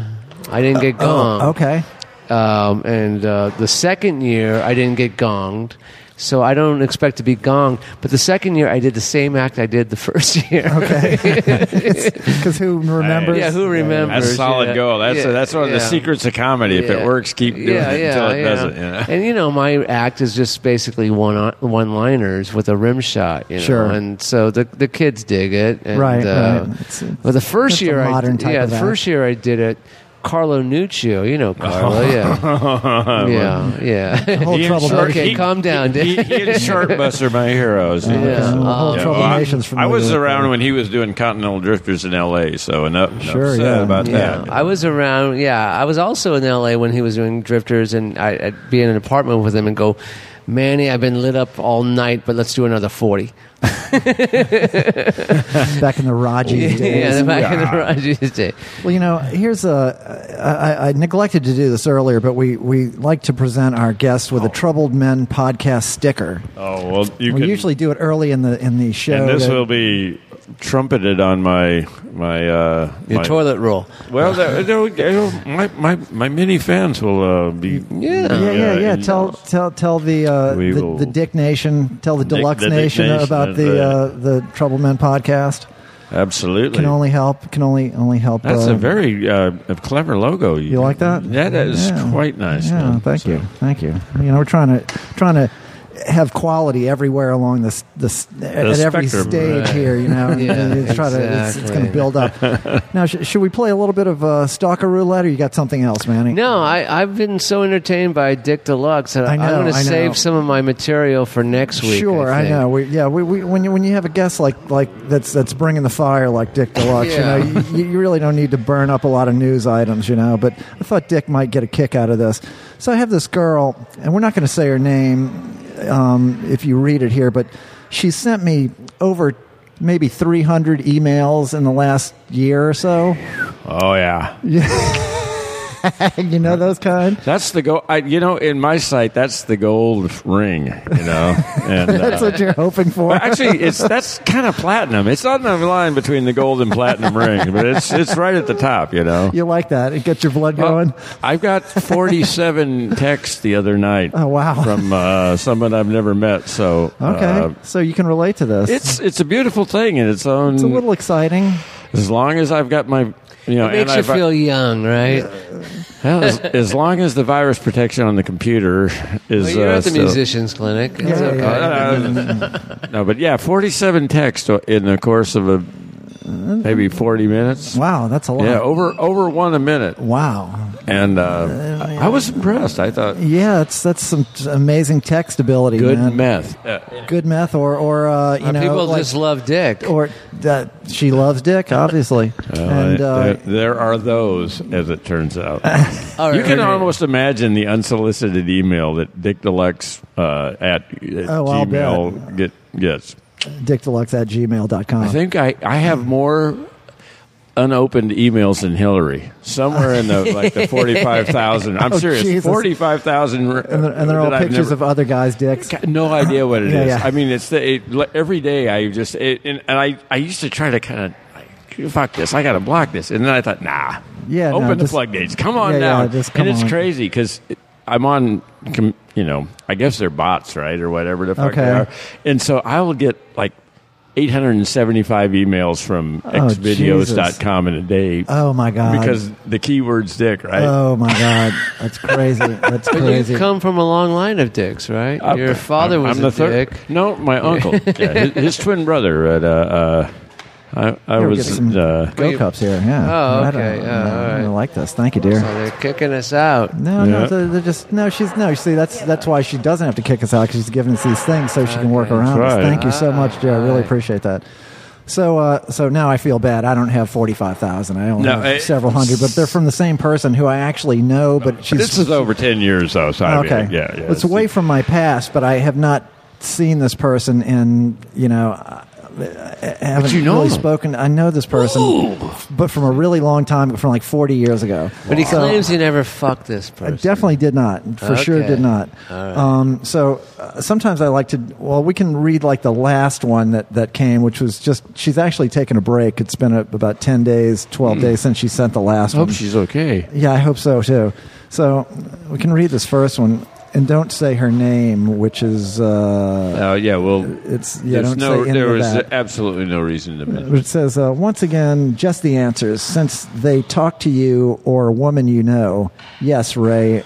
I didn't get gonged.
Oh, okay.
Um, and uh, the second year, I didn't get gonged. So I don't expect to be gonged. But the second year, I did the same act I did the first year.
Okay. Because who remembers?
Yeah, who remembers?
That's a solid
yeah.
goal. That's
Yeah,
that's one of the
yeah.
secrets of comedy. If
Yeah.
it works, keep doing
Yeah,
it
yeah,
until it
yeah.
doesn't. You know?
And you know, my act is just basically one one liners with a rim shot. You know?
Sure.
And so the the kids dig it. And,
Right,
Uh,
right. It's-
Well, the first
it's a
year,
modern
I,
type
yeah,
of
the
act.
first year I did it. Carlo Nuccio, you know Carlo, yeah, yeah, yeah.
Whole
He and
trouble.
Short-
baby.
Okay,
he-
calm down,
He,
Dick.
he and Shortbus are my heroes.
Yeah.
The whole
Uh,
trouble
well, I-
nation's
I
familiar
was
with
around
that.
when he was doing Continental Drifters in L.A., so enough, enough
Sure,
said
yeah.
about
Yeah,
that.
I was around. Yeah, I was also in L.A. when he was doing Drifters, and I, I'd be in an apartment with him and go, "Manny, I've been lit up all night, but let's do another 40.
back in the Raji days.
yeah, back in the Rogers day.
Well, you know, here's a. I, I neglected to do this earlier, but we, we like to present our guests with a Troubled Men podcast sticker.
Oh well, Oh. you
we
can,
usually do it early in the in the show.
and this
that-
will be trumpeted on my my uh,
Your
my,
toilet roll.
Well, the, my my my mini fans will uh, be
Yeah.
yeah, yeah, yeah.
and-
Tell tell tell the uh,
We
the,
will-
the Dick Nation, tell the
Dick-
Deluxe
the Dick
Nation,
Nation
about
is
the
the-
uh, the Troubled Men podcast.
absolutely.
Can only help. Can only only help.
That's
uh,
a very uh, a clever logo.
You like that?
That is
Yeah.
quite nice.
Yeah,
man.
thank
So-
you, thank you. You know, we're trying to trying to have quality everywhere along this this at,
The
every
spectrum,
stage
right.
here. You know,
Yeah,
And you try to- it's, going
exactly.
to build up. now, sh- should we play a little bit of uh, Stalker Roulette, or you got something else, Manny?
No, I, I've been so entertained by Dick Deluxe that
I
I
know,
am going
I know.
to save some of my material for next week.
Sure, I,
think.
know. We, yeah, we, we, when you when you have a guest like like that's that's bringing the fire like Dick Deluxe,
Yeah.
you know, you, you really don't need to burn up a lot of news items, you know. But I thought Dick might get a kick out of this. So I have this girl, and we're not going to say her name um, if you read it here, but she sent me over maybe 300 emails in the last year or so.
Oh yeah,
you know those kind.
that's the goal. I, you know, in my sight, that's the gold ring. You know, and
That's
uh,
what you're hoping for.
Well, actually, it's that's kind of platinum. It's on the line between the gold and platinum ring, but it's it's right at the top. You know.
You like that? It gets your blood
Well,
going.
I've got 47 texts the other night.
Oh, wow.
From uh, someone I've never met. So
Okay,
uh,
so you can relate to this.
it's it's a beautiful thing in its own.
It's a little exciting.
as long as I've got my you know,
It makes
and
you
I've-
feel young, right?
Hell, as, as long as the virus protection on the computer is
Well, you're
uh,
at the
still-
musicians clinic. It's
Yeah,
okay.
Uh, no, but yeah, 47 texts in the course of a maybe 40 minutes.
Wow, that's a lot.
Yeah, over over one a minute,
Wow.
and uh, I I was impressed. I thought
Yeah, it's that's some t- amazing text ability.
good
man.
meth. Uh,
Good meth, or or uh, you
Uh,
know,
people
like-
just love Dick.
or that she loves dick, obviously. and
Uh,
uh,
there, there are those, as it turns out.
All right,
you can
all right.
almost imagine the unsolicited email that Dick Deluxe uh, at, at
Oh, I'll
Gmail get, gets.
dickdeluxe at gmail.com.
I think I, I have more unopened emails than Hillary. Somewhere in the like the forty five thousand. I'm
Oh, Jesus.
serious, forty five thousand.
and, they're, and they're all pictures of other guys' dicks.
Got no idea what it is.
Yeah, yeah.
I mean, it's the it, li- every day I just it, and, and I I used to try to kind of fuck this. I got to block this, and then I thought, nah,
Yeah, no,
open the
just-
floodgates. Come on
yeah, yeah,
now,
just come
and it's
on.
crazy because I'm on. com- You know, I guess they're bots, right, or whatever the fuck
Okay.
they are. And so I will get like 875 emails from xvideos.com in a day
Oh my god!
because the keyword's dick, right?
oh my god, that's crazy. That's crazy.
You come from a long line of dicks, right?
I'm-
Your father
I'm-
was
I'm
a
the third-
dick.
No, my uncle, yeah, his, his twin brother. At, uh, uh, I, I
Here,
was.
get some-
Uh,
Go cups here. Yeah.
Oh,
I don't- I
okay. Oh,
don't- I
all right.
don't like this. Thank you, dear.
So they're kicking us out.
No, no,
Yeah.
they're, they're just no. She's no. See, that's that's why she doesn't have to kick us out because she's giving us these things so she can work
Okay.
around us.
Right.
Thank you so
Ah,
much, dear. I really
right.
appreciate that. So, uh, so now I feel bad. I don't have forty five thousand. I only
No,
have
it-
several hundred, but they're from the same person who I actually know. But she's
this is over ten years though, so I mean,
okay.
yeah, yeah.
it's away from my past, but I have not seen this person, and you know, I I haven't
you know
really
him.
spoken. I know this person, but from a really long time, from like forty years ago.
But he
So-
claims he never fucked this
I
person.
definitely did not. For sure,
Okay.
did not.
All right.
Um, so uh, sometimes I like to. Well, we can read like the last one that that came, which was just she's actually taken a break. It's been a, about ten days, twelve days since she sent the last
I hope
one.
she's okay.
yeah, I hope so too. So we can read this first one, and don't say her name, which is uh,
Uh, yeah, well,
it's yeah.
there's
Don't
no,
say any
there
of
was
that.
absolutely no reason to. mention.
It says, uh, once again, just the answers. Since they talk to you or a woman you know, yes, Ray,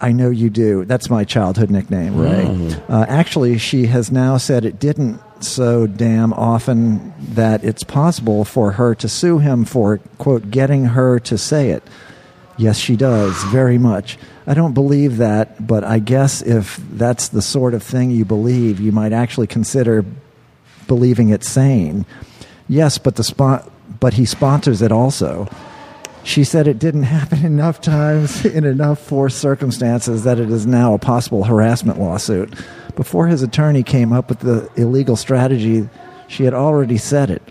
I know you do. That's my childhood nickname, Ray. Uh, actually, she has now said it didn't so damn often that it's possible for her to sue him for, quote, getting her to say it. Yes, she does, very much. I don't believe that, but I guess if that's the sort of thing you believe, you might actually consider believing it sane. Yes, but the spot, but he sponsors it also. She said it didn't happen enough times in enough forced circumstances that it is now a possible harassment lawsuit. Before his attorney came up with the illegal strategy, she had already said it.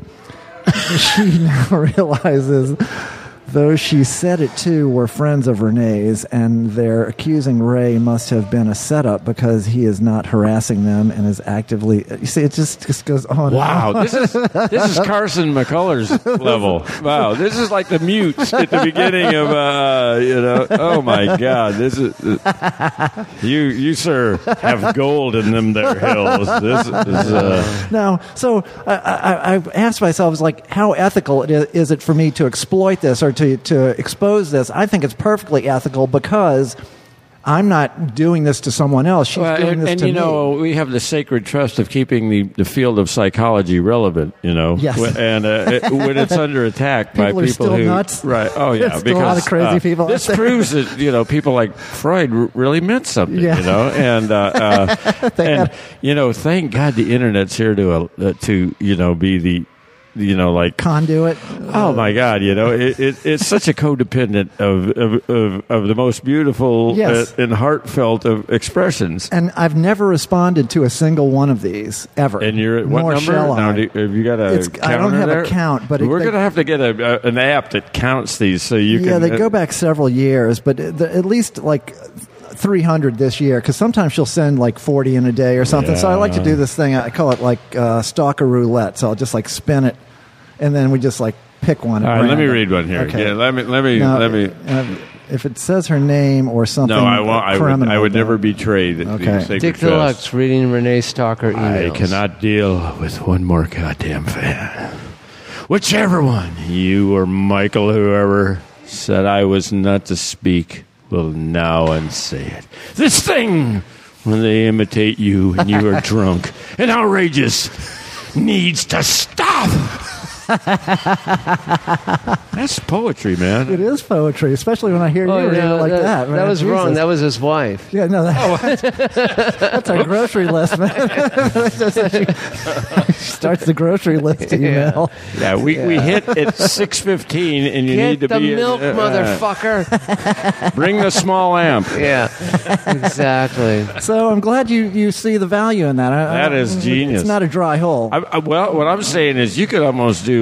she now realizes those she said it to were friends of Renee's, and their accusing Ray must have been a setup because he is not harassing them and is actively. You see, it just, just goes on. and
Wow, this is this is Carson McCullers level. Wow, this is like the mutes at the beginning of uh, you know. Oh my God, this is you you sir have gold in them there hills. This is uh,
No, so I, I, I asked myself, I was like, how ethical it is, is it for me to exploit this or to, to expose this? I think it's perfectly ethical because I'm not doing this to someone else. She's
Well,
doing
and
this
and
to
you
me.
know, we have the sacred trust of keeping the, the field of psychology relevant. You know,
Yes.
Wh- and uh, it, when it's under attack
People
by people
are still
who
nuts.
right? Oh yeah,
There's
because
still a lot of crazy
uh,
people out
This
there.
proves that you know people like Freud r- really meant something.
Yeah.
You know, and uh, uh, and
have-
you know, thank God the internet's here to uh, to you know be the you know like
conduit.
Oh my God! You know, it, it, it's such a codependent of of, of, of the most beautiful
Yes.
uh, and heartfelt of expressions.
And I've never responded to a single one of these ever.
And you're at what
Nor
number?
shall
Now,
I.
do- have you got a
It's- I don't
counter
have a
there?
count, but it-
we're
they-
going to have to get a, a, an app that counts these, so you
yeah,
can. uh,
they go back several years, but the, at least like 300 this year because sometimes she'll send like 40 in a day or something. So I like to
Yeah.
do this thing. I call it like uh, stalker roulette. So I'll just like spin it, and then we just like pick one. at
All right, let me
random.
read one here.
Okay.
Yeah, let me let me
Now,
let me.
uh, if it says her name or something,
No, I won't. I would,
criminal,
I would
then-
never betray the,
Okay.
the sacred
Dick
trust.
Deluxe reading Renee Stalker
I
emails.
cannot deal with one more goddamn fan. Whichever one, you or Michael, whoever, said I was not to speak, will now unsay it. This thing, when they imitate you and you are drunk and outrageous, needs to stop. That's poetry, man.
It is poetry, especially when I hear you read it like that.
Oh, that,
man.
was wrong.
Jesus.
That was his wife.
Yeah, no,
Oh,
that, that's our grocery list, man. That's just that she- she starts the grocery list email.
Yeah, we, we hit at 6.15 and you need
Get
to
the
be...
milk,
uh, uh,
motherfucker.
Bring the small amp.
yeah, exactly.
So I'm glad you, you see the value in that. I, I-
That is genius.
It's not a dry hole.
I, I, well, what I'm saying is, you could almost do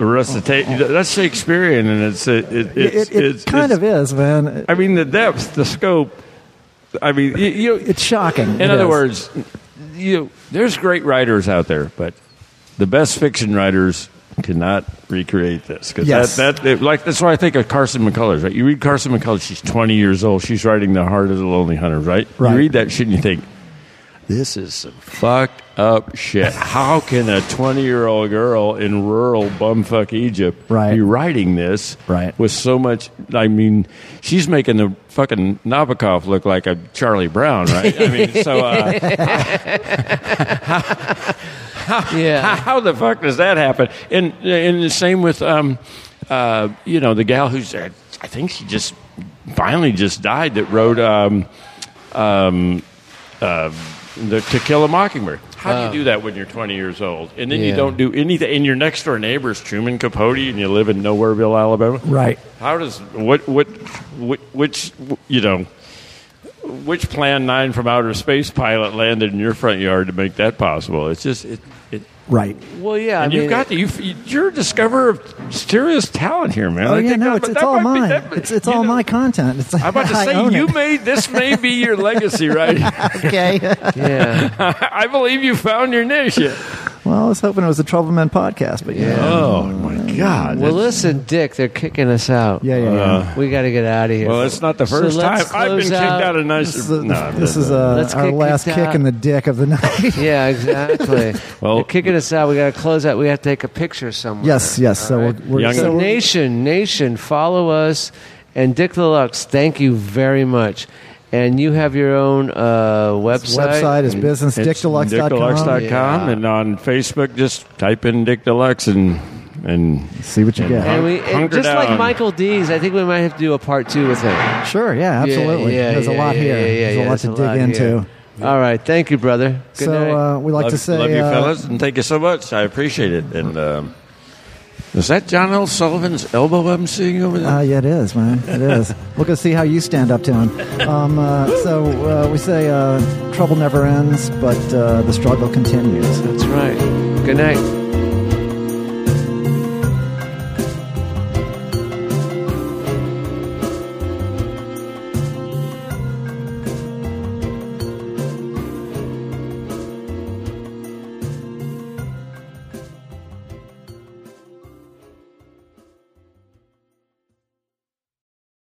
a recitation. That's Shakespearean, and it's it,
Oh, it
it, it's,
it, it
it's-
kind
it's-
of is, man.
I mean, the depth, the scope. I mean, you. you
It's shocking.
in
It
other
is.
words, you there's great writers out there, but the best fiction writers cannot recreate this 'Cause
Yes.
that, that it- like that's why I think of Carson McCullers. Right, you read Carson McCullers; she's 20 years old. She's writing The Heart of the Lonely Hunter. Right,
Right.
you read that shit and you think. This is some fucked up shit. How can a 20 year old girl in rural bumfuck Egypt
Right.
be writing this
Right.
with so much? I mean, she's making the fucking Nabokov look like a Charlie Brown, right? I mean, so uh,
Yeah.
how the fuck does that happen? And and the same with um, uh, you know, the gal who's uh, I think she just finally just died that wrote um, um, uh, the To Kill a Mockingbird. How do you do that when you're 20 years old and then you
Yeah.
don't do anything? And your next door neighbor is Truman Capote, and you live in Nowhereville, Alabama.
Right.
How does what what which, which you know which Plan Nine from outer space pilot landed in your front yard to make that possible? It's just it. it
Right.
Well, yeah.
and
I mean,
you've got the, you've, you're a discoverer of serious talent here, man.
Oh,
I
yeah,
think
no,
that-
it's,
that
it's all
might be-
mine.
that-
it's it's
you
all
know,
my content. It's,
I'm about to
I
say
own
you
it.
made this may be your legacy, right? here.
Okay.
yeah.
I believe you found your niche.
well, I was hoping it was the Trouble Men podcast, but yeah.
Oh my God!
Well, listen, Dick, they're kicking us out.
Yeah, yeah, yeah.
Uh,
We got to get out of here.
well, it's not the
So
first time
let's
I've been
close
kicked
out-
out of nice.
this is, the-
No,
this
no,
is
no.
uh,
Let's
our
get
last
kicked
kick in
out.
the dick of the night.
Yeah, exactly.
Well-
They're kicking us out. We got to close out. We got to take a picture somewhere.
Yes, yes. So
All
we're, we're
Young-
so
So
we're-
nation, nation, follow us. And Dick Deluxe, thank you very much. And you have your own uh, website.
website is businessdickdeluxe.com.
DickDeluxe.com and on Facebook, just type in Dick Deluxe and and
See what you
And-
get.
and we, and
Hunker
just like
down.
Michael D's, I think we might have to do a part two with him.
Sure, yeah, absolutely.
yeah,
There's a
yeah,
lot
yeah,
here.
yeah, yeah,
There's a
yeah,
lot
there's
to
a
dig
lot
into.
here. All right, thank you, brother. Good
so
night.
uh, we like
love,
to say,
love you,
uh,
fellas, and thank you so much. I appreciate it. And um, is that John L. Sullivan's elbow I'm seeing over there?
Uh, yeah, it is, man. It is. We're going to see how you stand up to him. Um, uh, so uh, we say uh, trouble never ends, but uh, the struggle continues.
That's right. Good night.